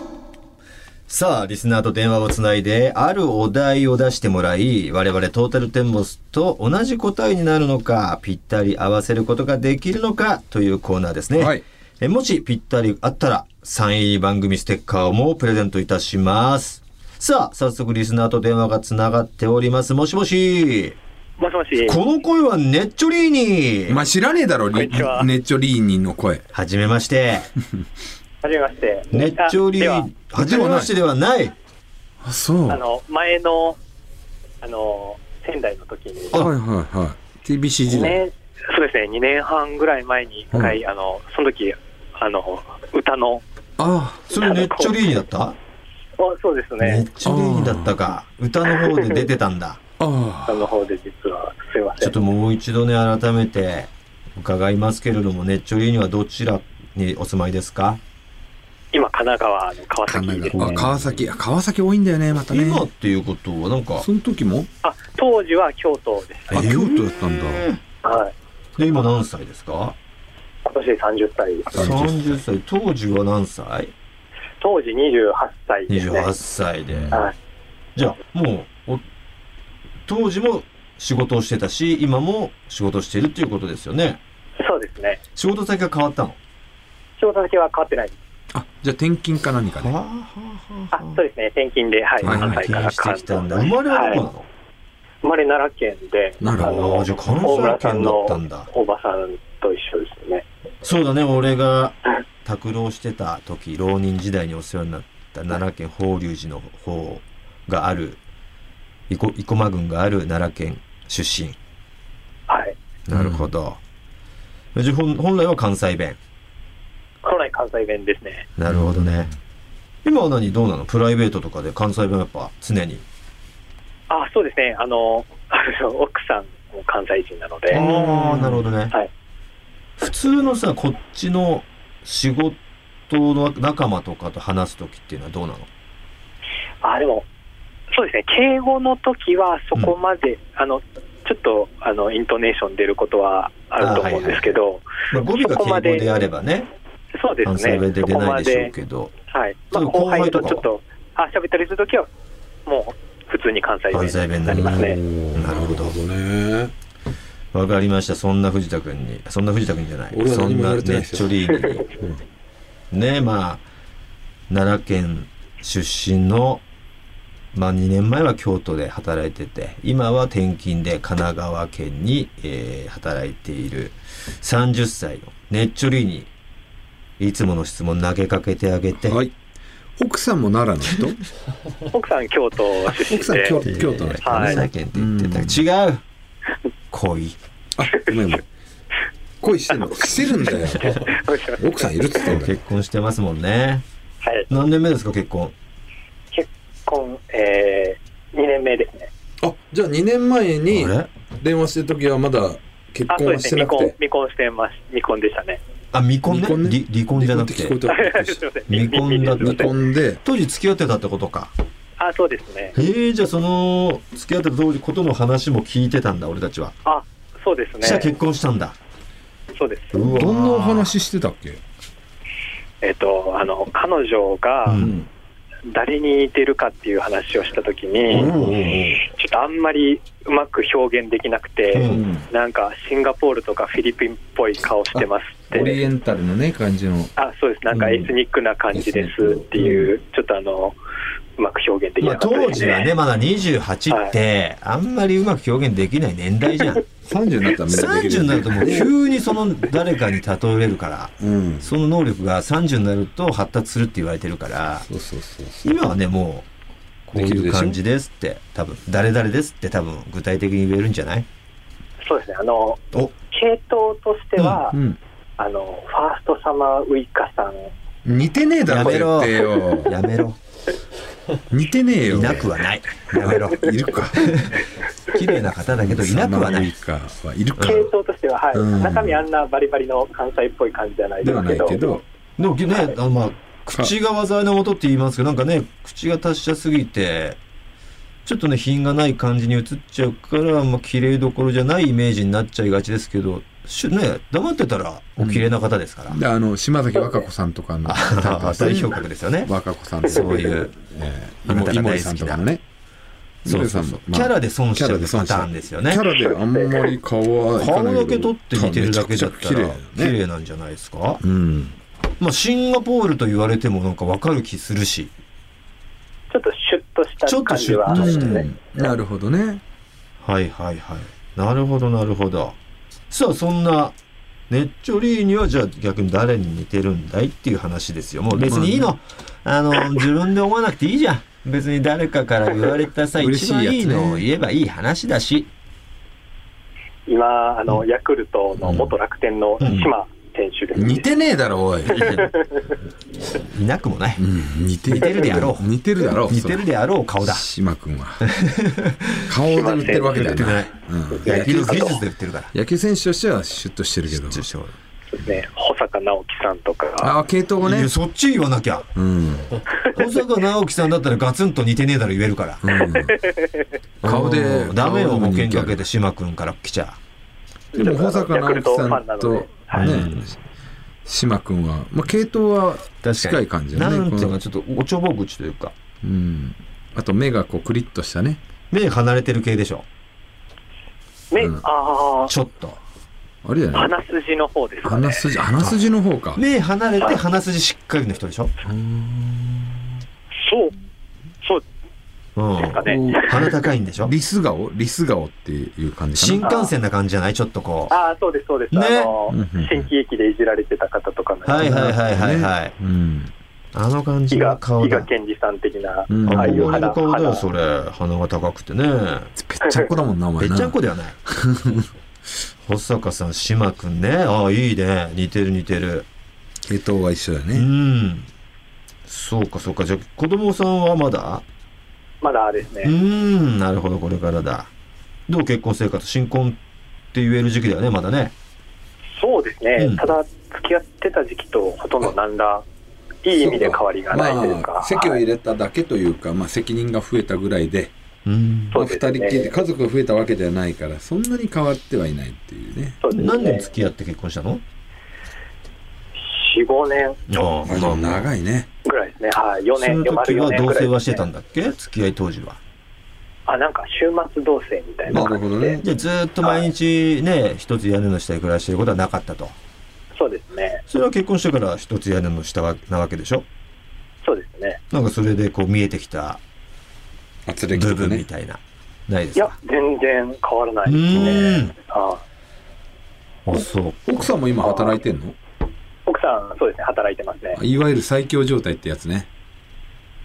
S1: さあ、リスナーと電話をつないで、あるお題を出してもらい、我々トータルテンボスと同じ答えになるのか、ぴったり合わせることができるのかというコーナーですね。
S2: はい
S1: えもしぴったりあったら、サイン入り番組ステッカーもプレゼントいたします。さあ、早速リスナーと電話がつながっております。もしもし。
S3: もしもし。
S1: この声はネッチョリー
S2: ま
S1: ニ
S2: あ知らねえだろリ
S3: こんにちは
S2: ネッチョリーニの声
S1: はじめまして。
S3: はじめまして。
S1: ネッチョリ
S3: あ
S1: ー
S3: では
S1: ニ、はじめましてではない。
S2: あそう
S3: あ
S2: はい
S3: の、前の、あの、仙台の時に、
S1: あ
S2: はいはい TBC 時
S3: 2
S2: 代
S3: 年、そうですね、2年半ぐらい前に一回、あの、その時、あの、歌の、
S2: あ
S1: それネッチョリーニだった
S3: あそうです
S1: ネ
S3: ね、
S1: ッチョリーニだったか。歌の方で出てたんだ。
S2: あ
S3: 歌の方で実は、すいま
S1: ち
S3: せ
S1: ょっ
S3: ん。
S1: ともう一度ね、改めて伺いますけれども、ネッチョリーニはどちらにお住まいですか
S3: 今、神奈川の川
S2: 神
S3: 崎で
S2: 奈
S3: す
S2: 川あ
S3: ね。
S2: 川崎あ川崎多いんだよねまたね
S1: 今っていうことはなんか、
S2: その時も
S3: あ、当時は京都でし
S2: あ京都だったんだ
S3: た。はい。
S1: で、今何歳ですか
S3: 今年30歳です。
S1: ?30 歳。当時は何歳
S3: 当時28歳ですね。
S1: ?28 歳で。
S3: はい。
S1: じゃあ、もう、お当時も仕事をしてたし、今も仕事してるっていうことですよね。
S3: そうですね。
S1: 仕事先が変わったの
S3: 仕事先は変わってないです。
S2: あじゃあ転勤か何か
S1: は
S2: ね
S1: あは
S3: あ、そうですね。転勤で、はい。
S2: はい
S3: 関
S1: 転
S3: 西から
S1: 勤してきたんだ。生まれはどこなの
S3: 生まれ奈良県で、
S2: なるほど
S3: あの
S1: あじゃあ関西
S3: 大村さ
S1: 圏
S3: ん
S1: だ
S3: の
S1: ったんだ
S3: おばさんと一緒ですね。
S1: そうだね、俺が拓郎してた時、浪人時代にお世話になった奈良県法隆寺の方がある、生こ生駒郡がある奈良県出身。
S3: はい。
S1: なるほど。じゃあ本本来は関西弁。
S3: 本来関西弁ですね。
S1: なるほどね。今は何どうなのプライベートとかで関西弁やっぱ常に。
S3: あ、そうですね。あの、あの奥さんも関西人なので、
S1: ああ、なるほどね。
S3: はい
S1: 普通のさ、こっちの仕事の仲間とかと話す時っていうのはどうなの
S3: あ、でも、そうですね。敬語の時はそこまで、あの、ちょっと、あの、イントネーション出ることはあると思うんですけど、
S1: まあ、語尾が
S3: そこ
S1: 敬語
S3: まで
S1: であればね、
S3: そうで
S1: 関
S3: すね
S1: 西。弁で出
S3: そこ
S1: な
S3: ま
S1: いでしょう
S3: で、
S1: けど、
S3: はい。まあ、
S1: ちょっと後
S3: 後
S1: 輩
S3: 輩
S1: と
S3: と
S1: かは
S3: ちょっと、あ、喋ったりするときは、もう、普通に関西
S1: 関西弁
S3: 弁
S1: に
S3: に
S1: な
S3: な
S1: り
S3: り
S1: ま
S3: ますす
S1: ね
S3: ね。
S1: なるほど
S2: ね
S1: わかりました。そんな藤田君に、そんな藤田君じゃない。
S2: 俺は
S1: そ
S2: 何
S1: ん
S2: も言
S1: な
S2: わ
S1: ネ
S2: れてない
S1: ッ
S2: です
S1: チョ
S2: よ
S1: リーニに。ねまあ、奈良県出身の、まあ2年前は京都で働いてて、今は転勤で神奈川県に、えー働いている30歳のネッチョリーニ。いつもの質問投げかけてあげて。
S2: はい奥さんも奈良の人
S3: 奥さん京都出身
S2: 奥さん
S3: で、
S2: 京
S1: いやいや
S2: 京都の人
S1: 関
S3: はい
S1: 西県って言ってた。違 う恋。
S2: あごめんごめん恋してんのしてるんだよ奥さんいるっつってんだよ
S1: 結婚してますもんね。
S3: はい、
S1: 何年目ですか、結婚。
S3: 結婚、えー、2年目ですね。
S2: あじゃあ2年前に
S1: あれ
S2: 電話してる時はまだ結
S3: あ、
S2: 婚
S3: そう
S2: は
S3: で
S2: し
S3: す
S2: て
S3: ね。
S2: な
S3: 未
S2: く
S3: 婚、
S2: て
S3: 未婚してます。未婚でしたね。
S1: あ、未婚ね。
S2: 未婚
S1: 離離婚
S2: ね
S1: じゃなく
S2: 離婚って
S1: て。
S2: 聞こえたわびっくりし
S3: すい
S2: た
S3: ません
S1: 未婚だった
S3: びっ
S2: 離
S3: くりし
S2: 婚で
S1: 当時付き合ってたってことか。
S3: たあ、そうですね。
S1: へえじゃあその、付き合ってた当時ことの話も聞いてたんだ、俺たちは。
S3: あ、そうです
S1: したら
S3: ね。
S1: 結婚したんだ。
S3: そうです。
S1: うわー
S2: どんなお話してたっけ
S3: えっ、と、あの、彼女が
S1: うん
S2: うん
S3: 誰に似てるかっていう話をしたとき
S1: お
S3: に、
S1: うおうおう
S3: ちょっとあんまりうまく表現できなくて、
S1: うん
S3: なんかシンガポールとかフィリピンっぽい顔してますっ
S2: オリエ
S3: て。
S2: ンタルのね感じの
S3: あ、そうです。なんかエスニックな感じですっていう、ちょっとあの、うまく表現でき
S1: まあ
S3: なかったですね。
S1: 当時はね、まだ28って、あんまりうまく表現でき ない年代じゃん。
S2: 30になったらみんなでき
S1: 30
S2: る
S1: になる
S2: よ
S1: ともう急にその誰かに例えれるから、
S2: うん
S1: その能力が30になると発達するって言われてるから、
S2: そうそうそうそう
S1: 今はね、もう、こういう感じですって多分誰々ですって多分具体的に言えるんじゃない
S3: そうですねあの
S1: お
S3: 系統としては、
S2: うん
S3: あのファーストサマーウイカさん
S2: 似てねえだ
S1: や
S2: ろ
S1: め
S2: 絶
S1: ろ
S2: 対よ
S1: やめろ
S2: 似てねえ
S1: い
S2: よ
S1: なくはないやめろ
S2: いるか
S1: 綺麗な方だけどいなくはな
S2: サマーウ
S1: い
S2: イカはいるか
S3: 系統としては、はい
S2: うん
S3: 中身あんなバリバリの関西っぽい感じじゃない
S2: で
S3: で
S2: は
S3: す
S2: な
S3: け
S2: い
S3: ど
S2: けど
S1: でもねあのまあ口が災いのもとって言いますけどなんかね口が達者すぎてちょっとね品がない感じに映っちゃうから、まあ綺麗どころじゃないイメージになっちゃいがちですけどしね黙ってたらお綺麗な方です から、
S2: であの島崎和歌子さんとかのタイプ
S1: あ
S2: ですね
S1: 代表格ですよね
S2: 和歌子さんとか
S1: そういう、
S2: え
S1: あな
S2: ー、
S1: たが
S2: 井森
S1: 大
S2: さ
S1: 好
S2: ん
S1: き
S2: と
S1: な
S2: かのね
S1: そ
S2: 井
S1: う
S2: 森
S1: そ
S2: さ
S1: うんそ
S2: も
S1: う
S2: まあ
S1: キャラで損しちゃ
S2: キャ
S1: う
S2: ラで損
S1: パ
S2: しち
S1: タ
S2: ゃう
S1: ーンですよね
S2: キャラであんまり顔はいか
S1: 顔
S2: ない
S1: だ
S2: け
S1: け取
S2: ど
S1: って似てるだけだっ
S2: めちゃ
S1: た
S2: くち
S1: ら綺
S2: ゃ綺麗だよね
S1: 麗なんじゃないですか、
S2: うん
S1: まあ、シンガポールと言われてもなんかわかる気するし
S3: ちょっとシュッとした感じは
S1: ちょっとシュッとして
S3: ね
S2: うんなるほどね
S1: はいはいはいなるほどなるほどさあそんなネッチョリーニはじゃあ逆に誰に似てるんだいっていう話ですよもう別にいいの、あの自分で思わなくていいじゃん別に誰かから言われた際
S2: 嬉
S1: 一
S2: しいや
S1: 番
S2: つね
S1: いいのを言えばいい話だし
S3: 今あの、ヤクルトの元楽天の島選手です、
S2: 似てねえだろおい、
S1: いなくもない
S2: うん、似て
S1: 似てるであろう
S2: 似てるだろう
S1: 似てるであろう顔だ
S2: 島君 は顔で売ってるわけだよな、うん、
S1: 野
S2: 野
S1: 球
S2: 球
S1: の技術で売ってるから
S2: 野球選手としてはシュッとしてるけど
S3: ね、保坂直樹さんとか、
S2: ああ系統が
S1: い
S2: ね
S1: やそっち言わなきゃ
S2: うん、
S1: 保坂直樹さんだったらガツンと似てねえだろ言えるから
S2: うん、顔で
S1: うんダメよ
S2: 顔で
S1: 保
S2: 人気
S1: 険
S2: ある
S1: かけて島君から来ちゃ
S2: でも保坂直樹
S1: ヤクルトファ
S2: さんとね、
S1: ンなのではい
S2: 島君は、まあ、系統は近い感じだ
S1: な
S2: ね。
S1: んてい
S2: こ
S1: うか
S2: の
S1: ちょっとおちょぼ口というか
S2: うん、あと目がこうクリッとしたね。
S1: 目離れてる系でしょ
S3: ね
S2: うん
S3: あ
S1: ちょっと
S2: あれだ
S3: あ、
S2: よね。
S3: 鼻筋の方ですかね
S2: 鼻。筋、鼻筋の方か。
S1: 目離れて鼻筋しっかりの人でしょ、
S3: そう、そう
S1: うん、
S3: ですかね。
S1: 鼻高いんでしょ
S2: リス顔リス顔っていう感じ
S1: 新
S2: かな。
S1: 幹線な感じじゃないちょっとこ
S3: ああ、そうです、そうです。
S1: ね
S3: あの
S2: うんうんうん
S3: 新喜劇でいじられてた方とかの、
S1: うはいはいはいはいはい
S2: うん。
S1: あの感じ
S3: 伊
S1: の
S3: 賀
S1: 顔
S3: 伊賀
S1: だ
S3: 健二さん的な、
S2: うん
S1: あ
S3: ああいう
S1: の
S3: 鼻
S1: 顔だよ
S3: 鼻
S1: それ鼻が高くてね
S2: ぺっちゃんこだもんな、お
S1: ぺ
S2: 前
S1: っ
S2: な。
S1: ちゃんこではない保坂さん島君ねああいいね似てる似てる
S2: 系統は一緒だ
S1: う
S2: ね。
S1: んそうかそうかじゃあ子供さんはまだ
S3: まだです
S1: うー
S3: ね。
S1: んなるほどこれからだどう結婚生活新婚って言える時期だよねまだね
S3: そうですね、
S1: うん
S3: ただ、付き合ってた時期とほとんど何ら、いい意味で変わりがないというか。
S2: まあ、席を入れただけというか、まあ、責任が増えたぐらいで、
S1: うん
S2: まあ、
S3: そう
S2: 二
S3: で
S2: 人
S3: すね
S2: きり、家族が増えたわけではないから、そんなに変わってはいないっていうね。
S3: そうですね。
S1: 何年付き合って結婚したの
S3: 4、5年
S1: ああ
S2: あ、でも長いね。
S3: ぐらいですね。はい、4
S1: そ
S3: 年
S1: の
S3: で丸
S1: 時
S3: 4
S1: は
S3: 年
S1: 同
S3: ぐらいです、ね。
S1: 棲はしてたんだっけ付き合い当時は
S3: あ、なんか週末同棲みたいな
S2: なる
S3: 感
S2: ほ
S3: じ
S2: ど
S3: で。
S2: ね。
S1: じゃあずーっと毎日ね一つ屋根の下で暮らしてることはなかったと
S3: そうですね。
S1: それは結婚してから一つ屋根の下なわけでしょ
S3: そうですね。
S1: なんかそれでこう見えてきた
S2: 圧
S1: 部
S2: 力とか
S1: 分み
S2: ね。
S1: たいなないで
S3: い
S1: す
S3: や
S1: か、
S3: 全然変わらないですね。あ
S1: あそう
S2: 奥さんも今働いてんの
S3: 奥さん、そうですね、働いてますね。
S2: いわゆる最強状態ってやつね。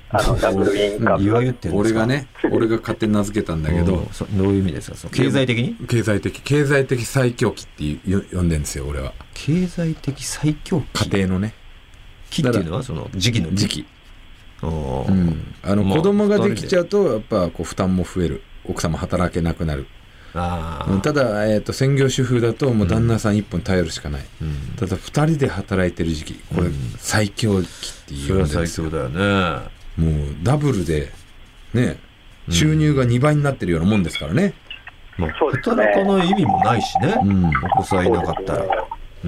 S3: あの、ダブルインカ
S1: い
S3: ム。
S1: わゆってんですか
S2: 俺がね、俺が勝手に名付けたんだけ
S1: う
S2: ど
S1: ん、そどういう意味ですかその経済的に
S2: 経済的、経済的最強期っていうよ呼んでんですよ、俺は。
S1: 経済的最強期
S2: 家庭のね、
S1: 期っていうのはその時期の
S2: 時期。
S1: おー
S2: うん。あの、
S1: まあ
S2: 子供ができちゃうと、やっぱこう負担も増える。奥さんも働けなくなる。
S1: あ
S2: うん
S1: あ
S2: ただ、えっと、専業主婦だと、もう旦那さん一本頼るしかない。
S1: うん
S2: ただ、二人で働いてる時期、これ
S1: うん、
S2: 最強期ってい
S1: そうれは
S2: 呼んでんで
S1: 最
S2: すよ
S1: 強だよね
S2: もう、ダブルで、ね、収入が2倍になってるようなもんですからね。
S1: まあ、
S3: そうですね
S1: 働かない意味もないしね、
S2: うん
S1: お子さんいなかった
S3: そうです
S1: ら。
S3: ね
S1: う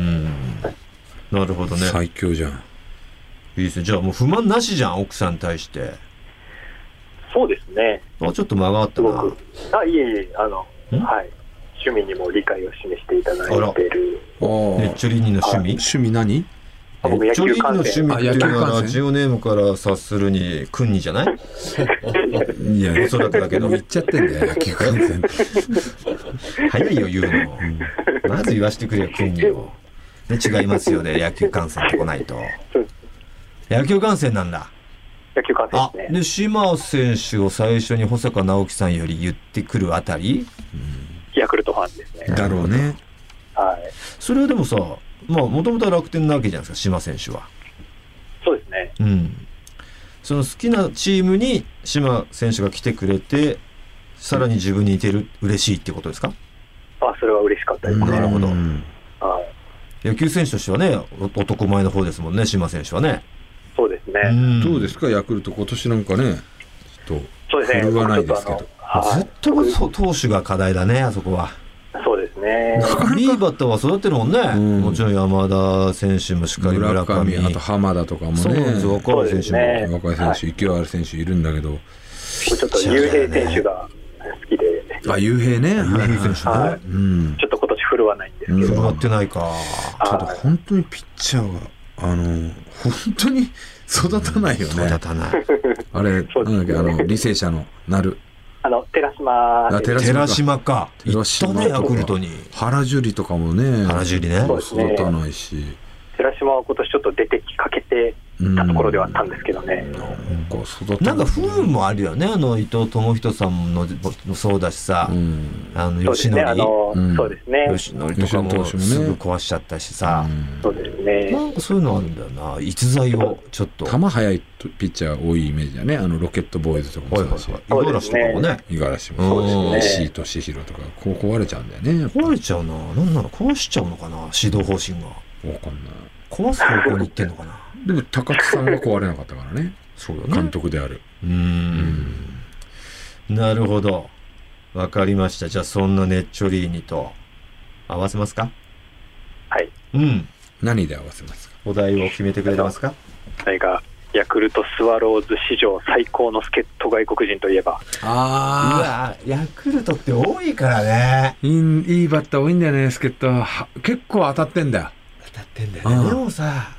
S1: ん、なるほどね。
S2: 最強じゃん。
S1: いいですね。じゃあもう不満なしじゃん、奥さんに対して。
S3: そうですね。
S1: あ、ちょっと間があっ
S3: す
S1: た
S3: ご
S1: な
S3: く。。あ、いえいえ、あの、
S1: ん
S3: はい。趣味にも理解を示していただいている。
S2: あー
S1: ねっちょりにの趣味
S2: 趣味何
S3: あ僕
S1: ねっちょりにの
S3: 野
S1: 趣
S3: 球観戦
S1: 味っていうの
S2: あ野球観
S1: は
S2: 戦
S1: ラジオネームから察するに、くんにじゃない
S2: いや、
S1: おそらくだけど
S2: 言っちゃってん だよ、野球観戦。
S1: 早いよ、言うの。まず言わせてくれよ、くんにを。で、違いますよね、野球観戦ってこないと。
S3: そう
S1: 野球観戦なんだ。
S3: 野球観戦ですね。
S1: で、島選手を最初に保坂直樹さんより言ってくるあたり、
S3: ヤクルトファンですね。
S2: だろうね。
S3: はい。
S1: それはでもさ、まあ、もともとは楽天なわけじゃないですか、島選手は。
S3: そうですね。
S1: うん。その好きなチームに島選手が来てくれて、さらに自分に似てる、嬉しいってことですか
S3: まあ、それは嬉しかったですね。
S1: なるほど
S2: うん
S3: はい。
S1: 野球選手としてはね、お男前の方ですもんね、島選手はね。
S3: そうですね。
S1: ん
S2: どうですか、ヤクルト、今年なんかね、ちょっ
S3: そうですね。
S2: 振るわないですけど
S3: ちょっとあのは
S1: ず
S3: い
S1: っとそう投手が課題だね、あそこは。
S3: そうですね。
S1: いいバッターは育てるもんね、
S2: ん
S1: もちろん山田選手もしっ
S2: と、
S1: かり
S2: 村
S1: 村
S2: 上、
S1: 上、
S2: あと浜田とかもね、
S1: そうなんですよ、若
S3: そう
S1: い
S3: で
S1: 選
S3: す
S1: 手も。
S3: ね
S2: 若い選手、勢いある選手いるんだけど、
S3: ちょっと雄平選手が好きで、
S2: あ、雄平ね、はい
S1: いい選手
S3: は
S1: ね
S3: い。
S2: うん、
S3: ちょっと今年振るわないんですけ
S1: 振
S3: ど、
S1: る舞ってないか。
S2: ただ
S3: あ
S2: 本当にピッチャーが、あの、本当に 育たないよ
S1: そう
S2: ね
S1: 立。たない。
S2: あれ、
S3: そう
S2: なんだっけ、あの、履正社の、なる。
S3: あの、寺島
S2: あ寺
S1: 寺島か。行
S2: 寺
S1: った
S2: 島
S1: ね、ヤクルトに。
S2: 原樹里とかもね、
S1: 原樹里ね
S3: そうですね
S2: 育たないし。
S3: 寺島は今年ちょっと出てきかけてたところではあったんですけど
S2: な
S3: ね。
S2: んか育た
S1: なんか不運もあるよね、あの、伊藤智人さんのもそうだしさ
S2: う、ん。
S1: あの、
S3: そうで
S1: 吉
S3: すね。あ
S1: 典。
S3: の、
S2: うん
S3: そうですね。
S1: 吉典とか
S2: 吉典
S1: も
S2: 投手もね
S1: すぐ壊しちゃったしさ
S2: う。ん
S3: そうですね。
S1: なんかそういうのあるんだよな。逸材をちょっと。
S2: 球速いピッチャー多いイメージだね。あの、ロケットボーイズとかも
S1: は
S2: そ
S1: いはい
S2: う
S1: は
S2: だ
S1: い五十嵐
S2: し。。
S1: とかもね。
S2: 五十
S1: そ
S2: 嵐
S1: うです
S2: も、
S1: ね
S2: 石井敏弘とか、こう壊れちゃうんだよね。やっぱ
S1: 壊れちゃうな。なんなの壊しちゃうのかな指導方針が。
S2: わかんない。
S1: 壊す方向に行ってんのかな
S2: でも、高津さんは壊れなかったからね。
S1: そうだ
S2: 監督である。
S1: うーん。なるほど。わかりました。じゃあ、そんなネッチョリーニと合わせますか
S3: はい。
S1: うん。
S2: 何で合わせますか
S1: お題を決めてくれてますか
S3: それが、ヤクルトスワローズ史上最高の助っ人外国人といえば、
S1: うわ
S2: あ
S1: ヤクルトって多いからね。
S2: いいいいバッター多いんだよね、助っ人は。結構当たってんだよ。
S1: 当たってんだ
S2: よね
S1: でもさ、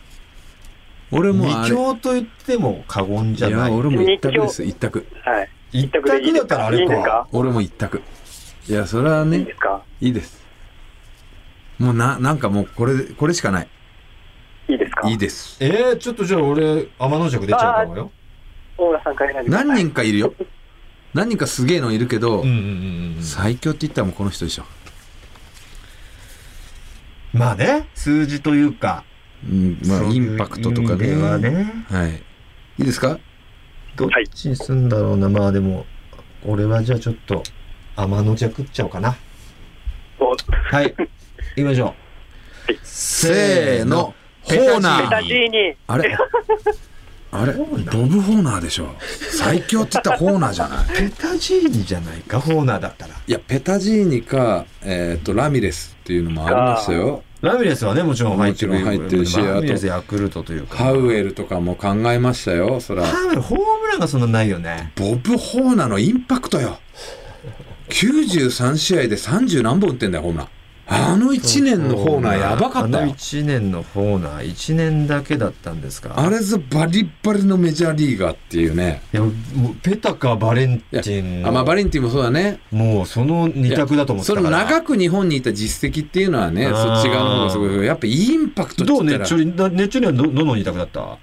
S2: 俺もあ
S1: 二
S2: れ。
S1: 強と言っても過言じゃ
S2: い
S1: な
S2: や、
S1: い。
S2: 俺も一択です、一択。
S3: はい。
S1: 一択
S3: い
S1: だ
S3: いで
S1: っ
S3: す
S1: たらあ
S3: かい
S1: れ
S3: いんです
S1: か。
S3: か
S2: 俺も一択。いや、それはい
S3: いん
S2: ね
S3: で、すか
S2: いいです。もうな、なんかもうこれ、これしかない。
S3: いいですか
S2: いいです。
S1: えー、ちょっとじゃあ俺、天の尺出ちゃうかもよ。
S3: 大浦さんから選んでください
S2: 何人かいるよ。何人かすげえのいるけど
S1: うん、うんうんうん。
S2: 最強って言ったらもうこの人でしょ。
S1: まあね、数字というか。
S2: うん、まあ、
S1: そう
S2: イ
S1: いう
S2: ンパクトとか
S1: 意味では
S2: ね。
S1: ね。
S2: はい。いいですか
S1: どっちにすんだろうな、まあでも、俺はじゃあちょっと、天の弱っちゃおうかな。
S3: お
S1: はい。行きましょう。
S2: せーの、ホ
S1: ペタジー
S2: ーナ
S3: ベタジ
S2: ー。
S3: ーニ
S2: あれあれボブ・ホーナーでしょ。最強って言ったらホーナーじゃない
S1: ペタジーニじゃないか、ホーナーだったら。
S2: いや、ペタジーニか、えっ、と、ラミレスっていうのもありましたよ。
S1: ラミレスはね、もちろん入ってる
S2: もちろん入ってるし
S1: ラミレス、
S2: あ
S1: ヤクルトというか。
S2: ハウエルとかも考えましたよ、そら。
S1: ハウエル、ホームランがそんなないよね。
S2: ボブ・ホーナーのインパクトよ。93試合で30何本打ってんだよ、ホームラン。あの1年のホーナーやばかった
S1: あの
S2: よ。
S1: 1年のホーナー、1年だけだったんですか。
S2: あれぞバリバリのメジャーリーガーっていうね。
S1: いや、もうペタかバレンティンの
S2: あまあ、バレンティンもそうだね。
S1: もうその二択だと思って
S2: そ
S1: たか
S2: れ
S1: ら。
S2: も長く日本にいた実績っていうのはね、
S1: あー
S2: そっち側の方がすごい。やっぱインパクトって
S1: どう
S2: 言
S1: ね
S2: った
S1: ちょ
S2: ら
S1: り、なねちょりはどどの二択だったホ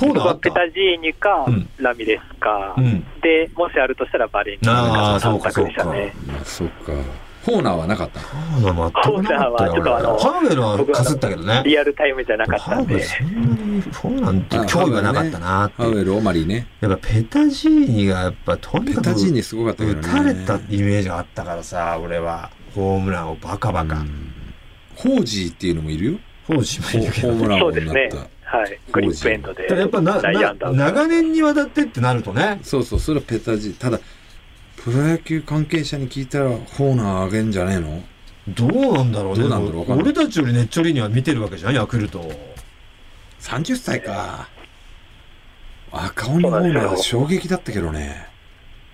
S1: ーナーあった
S3: ペタジーニか、
S1: うん
S3: ラミレスか、
S1: うん
S3: でもしあるとしたらバレンティン
S1: あー
S3: か
S1: そ
S3: 三
S1: うか
S3: 択でしたね。
S2: まあ、そっか。ホーナーはなかった。
S1: ホーナー全くなかったよ。
S3: ホーナーはちょっとあの
S1: ハーベルは
S3: 僕は
S1: かすったけどね。
S3: リアルタイムじゃなかった
S1: ハー
S3: ん
S1: ベル
S3: で、
S1: そんなにホーナーって興味はなかったなって
S2: ハウエル、オマリーね。
S1: やっぱペタジーニがやっぱとに
S2: ペ
S1: かく
S2: タジーニすごかったけ
S1: 打
S2: どね。
S1: たれたイメージがあったからさ、俺は。ホームランをバカバ
S2: う
S1: カ。
S2: んホージーっていうのもいるよ。
S1: ホージも
S2: ホ
S1: いるけど
S2: ームラン
S3: そう
S2: 王
S3: です
S2: になっ
S3: ね
S2: た。、
S3: はい、グリップエンドで
S1: ただやっぱな
S3: 内野
S1: な
S3: 安打
S1: 長年にわたってってなるとね。
S2: そうそう、それはペタジー。ただ、プロ野球関係者に聞いたら、ホーナーあげんじゃねえの
S1: どうなんだろうね。
S2: どうなんだろうわかんない
S1: 俺たちよりねっちょりには見てるわけじゃん、ヤクルトを。
S2: ?30 歳か。赤鬼ホーナー衝撃だったけどね。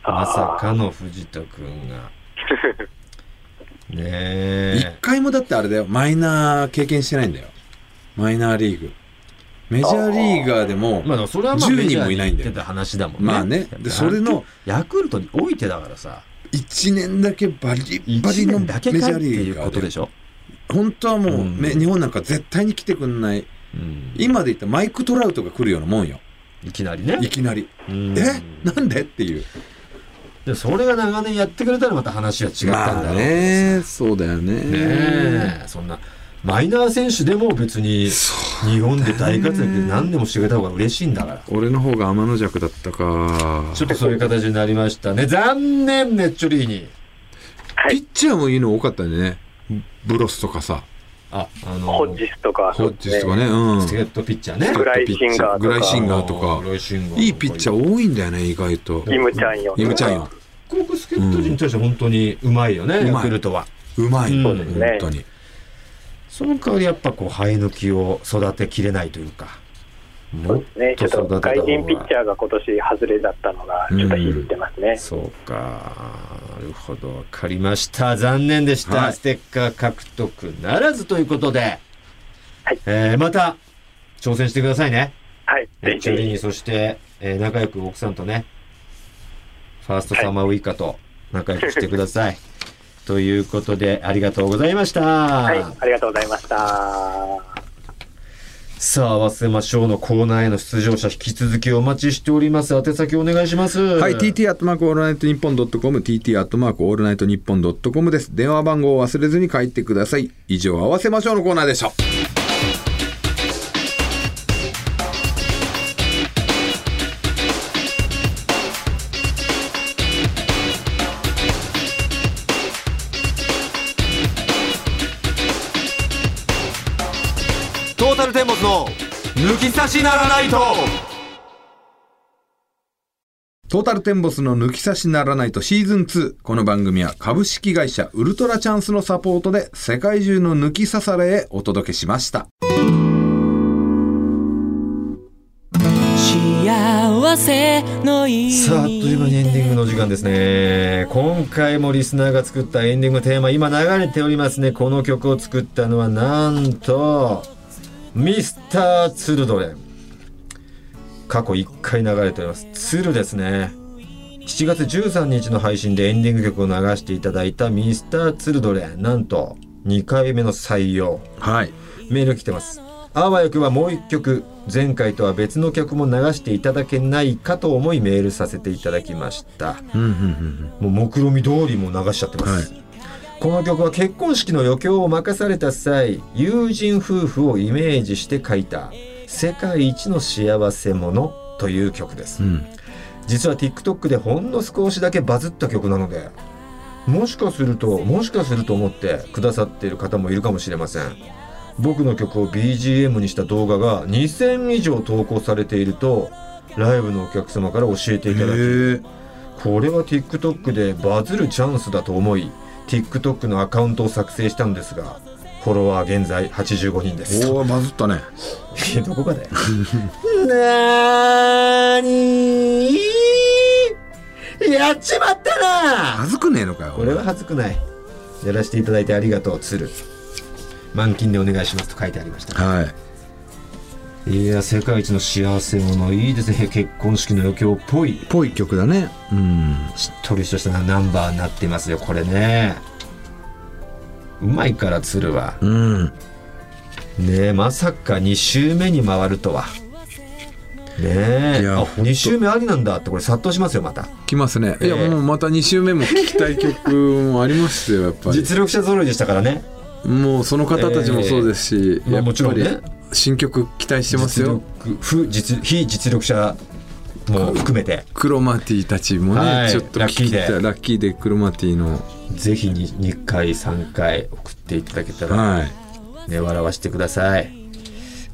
S1: まさ
S3: あ
S1: かの藤田くんが。ね
S2: 一
S1: え。
S2: 回もだってあれだよ、マイナー経験してないんだよ。マイナーリーグ。メジャーリーガーでも、
S1: まあでもそれはまあ
S2: 10人
S1: メジャー
S2: もいないんだよ
S1: に行ってた話だもんね。
S2: まあね
S1: やっぱ、
S2: でそれの
S1: ヤクルトにおいてだからさ、
S2: 1年だけバリバリ
S1: 1
S2: の
S1: 年
S2: メジ
S1: だ
S2: ャ
S1: けかっ
S2: ー
S1: て
S2: リ
S1: い
S2: ー
S1: う
S2: ガ
S1: こ
S2: ー
S1: と
S2: で
S1: でしょ。
S2: 本当はもう、ね
S1: うん
S2: 日本なんか絶対に来てくんない
S1: うん
S2: 今で言ったらマイク・トラウトが来るようなもんよ
S1: いきなりね
S2: いきなり
S1: う
S2: え
S1: ん
S2: なんでっていう
S1: でそれが長年やってくれたらまた話は違ったんだろうね
S2: ねそうだよね
S1: えそんなマイナー選手でも別に日本で大活躍で何でもしてくれた方が嬉しいんだから
S2: 俺の方が天の弱だったか
S1: ちょっとそういう形になりましたね残念ネッチョリーニ
S3: は
S2: ピ
S3: い、
S2: ッチャーもいいの多かったねブロスとかさ
S1: ああの
S3: ホッジスとか、
S2: ホッジスとかねうん
S1: スケットピッチャーね
S3: グライシンガーとか
S2: グライシンガーとか
S1: ロイシンガー
S2: いいピッチャー多いんだよね意外と
S3: イムチャンヨンとか
S2: イムチャンヨン
S1: 韓国助っ人陣に対して本当にうまいよね、
S2: うん
S1: ヤクルトは。
S2: うまい、
S1: うん
S2: 本
S1: そう
S3: ですね
S2: 当に
S1: その代わりやっぱこう生え抜きを育てきれないというか。もっ
S3: ね、ち
S1: と
S3: ょ
S1: 育た方が
S3: ってと外人ピッチャーが今年外れだったのが、ちょっと響いてますね。
S1: そうか。なるほど。わかりました。残念でした。
S2: はい
S1: ステッカー獲得ならずということで。
S3: はい
S1: えーまた、挑戦してくださいね。
S3: はい、
S1: え
S3: ぜ
S1: ー
S3: ひ
S1: チ
S3: ぜ
S1: ョリー
S3: ひ、
S1: ニ、そして、えー仲良く奥さんとね、ファーストサマーウイカと仲良くしてください。ということで、ありがとうございました。
S3: はい、ありがとうございました。
S1: さあ、忘れましょうのコーナーへの出場者、引き続きお待ちしております。宛先お願いします。は
S2: はい、。TT アットマークオールナイトニッポンドットコム、TT アットマークオールナイトニッポンドットコムです。電話番号を忘れずに書いてください。以上、合わせましょうのコーナーでした。
S1: トータルテンボスの抜き差しならないと。
S2: トータルテンボスの抜き差しならないとシーズン2。この番組は株式会社ウルトラチャンスのサポートで世界中の抜き差されへお届けしました。
S4: 幸せのい
S1: さあ、あっという間にエンディングの時間ですね。今回もリスナーが作ったエンディングテーマ、今流れておりますね。この曲を作ったのは、なんと、ミスター・ツルドレン。過去1回流れております。ツルですね。7月13日の配信でエンディング曲を流していただいたミスター・ツルドレン。なんと、2回目の採用。
S2: はい。
S1: メール来てますあわよくばもう一曲前回とは別の曲も流していただけないかと思いメールさせていただきました
S2: うん、うん、うん。
S1: もう目論見通りもう流しちゃってます、この曲は結婚式の余興を任された際友人夫婦をイメージして書いた「世界一の幸せ者」という曲です、
S2: うん。
S1: 実は TikTok でほんの少しだけバズった曲なのでもしかするともしかすると思ってくださっている方もいるかもしれません僕の曲を BGM にした動画が2000以上投稿されているとライブのお客様から教えていただき
S2: へ
S1: これは TikTok でバズるチャンスだと思い TikTok のアカウントを作成したんですがフォロワー現在85人です
S2: え。おー、バズったね。
S1: いやどこかだよ。 なーにーやっちまったな
S2: バズくねえのかよ。
S1: これは恥ずくない。やらせていただいてありがとう、鶴。満金でお願いしますと書いてありました。
S2: はい。
S1: いや、世界一の幸せ者、いいですね。結婚式の余興っぽい、
S2: ぽい曲だね。うん。
S1: しっとりとしたナンバーになってますよ、これね。うまいから、鶴は。
S2: うん。
S1: ねえまさか2周目に回るとはねえ
S2: いや
S1: あ
S2: ほんと
S1: 2周目ありなんだってこれ殺到しますよまた
S2: きますね。いや、
S1: ええ
S2: もうまた2週目も聞きたい曲もありますよ、やっぱり。
S1: 実力者揃いでしたからね
S2: もうその方たちもそうですし、
S1: えーまあ
S2: やっぱり
S1: もちろんね
S2: 新曲期待してますよ
S1: 実力不実非実力者も含めて
S2: クロマティたちもね、
S1: はい
S2: ちょっと聞きたい
S1: ラッキーで
S2: ラッキーでクロマティの
S1: ぜひ 2, 2回3回送っていただけたら、
S2: はい
S1: ね、笑わせてください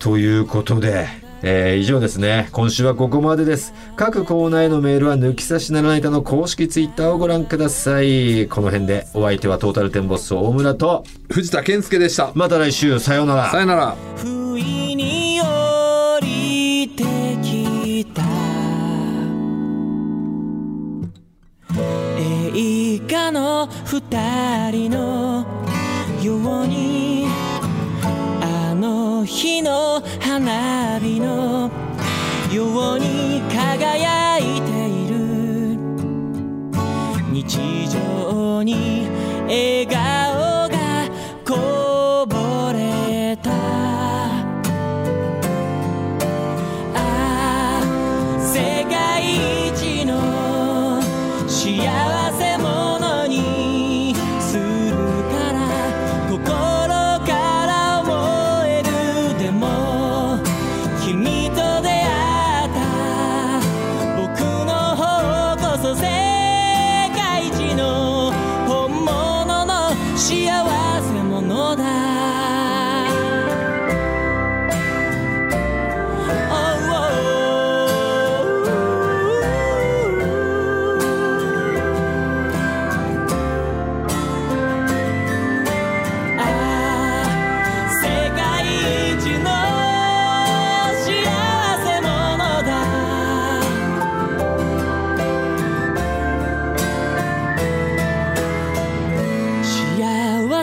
S1: ということで、えー以上ですね今週はここまでです各コーナーへのメールは抜き差しならないかの公式ツイッターをご覧くださいこの辺でお相手はトータルテンボス大村と
S2: 藤田健介でした
S1: また来週さようなら
S2: さよなら
S4: 不意に降りてきた映画の二人のようにあの日の花火のように輝いている日常に笑顔がこぼれたああ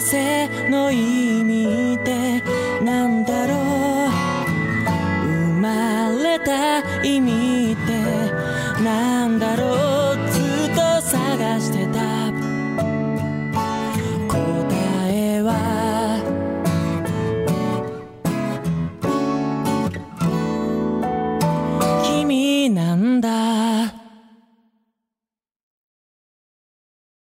S4: せの意味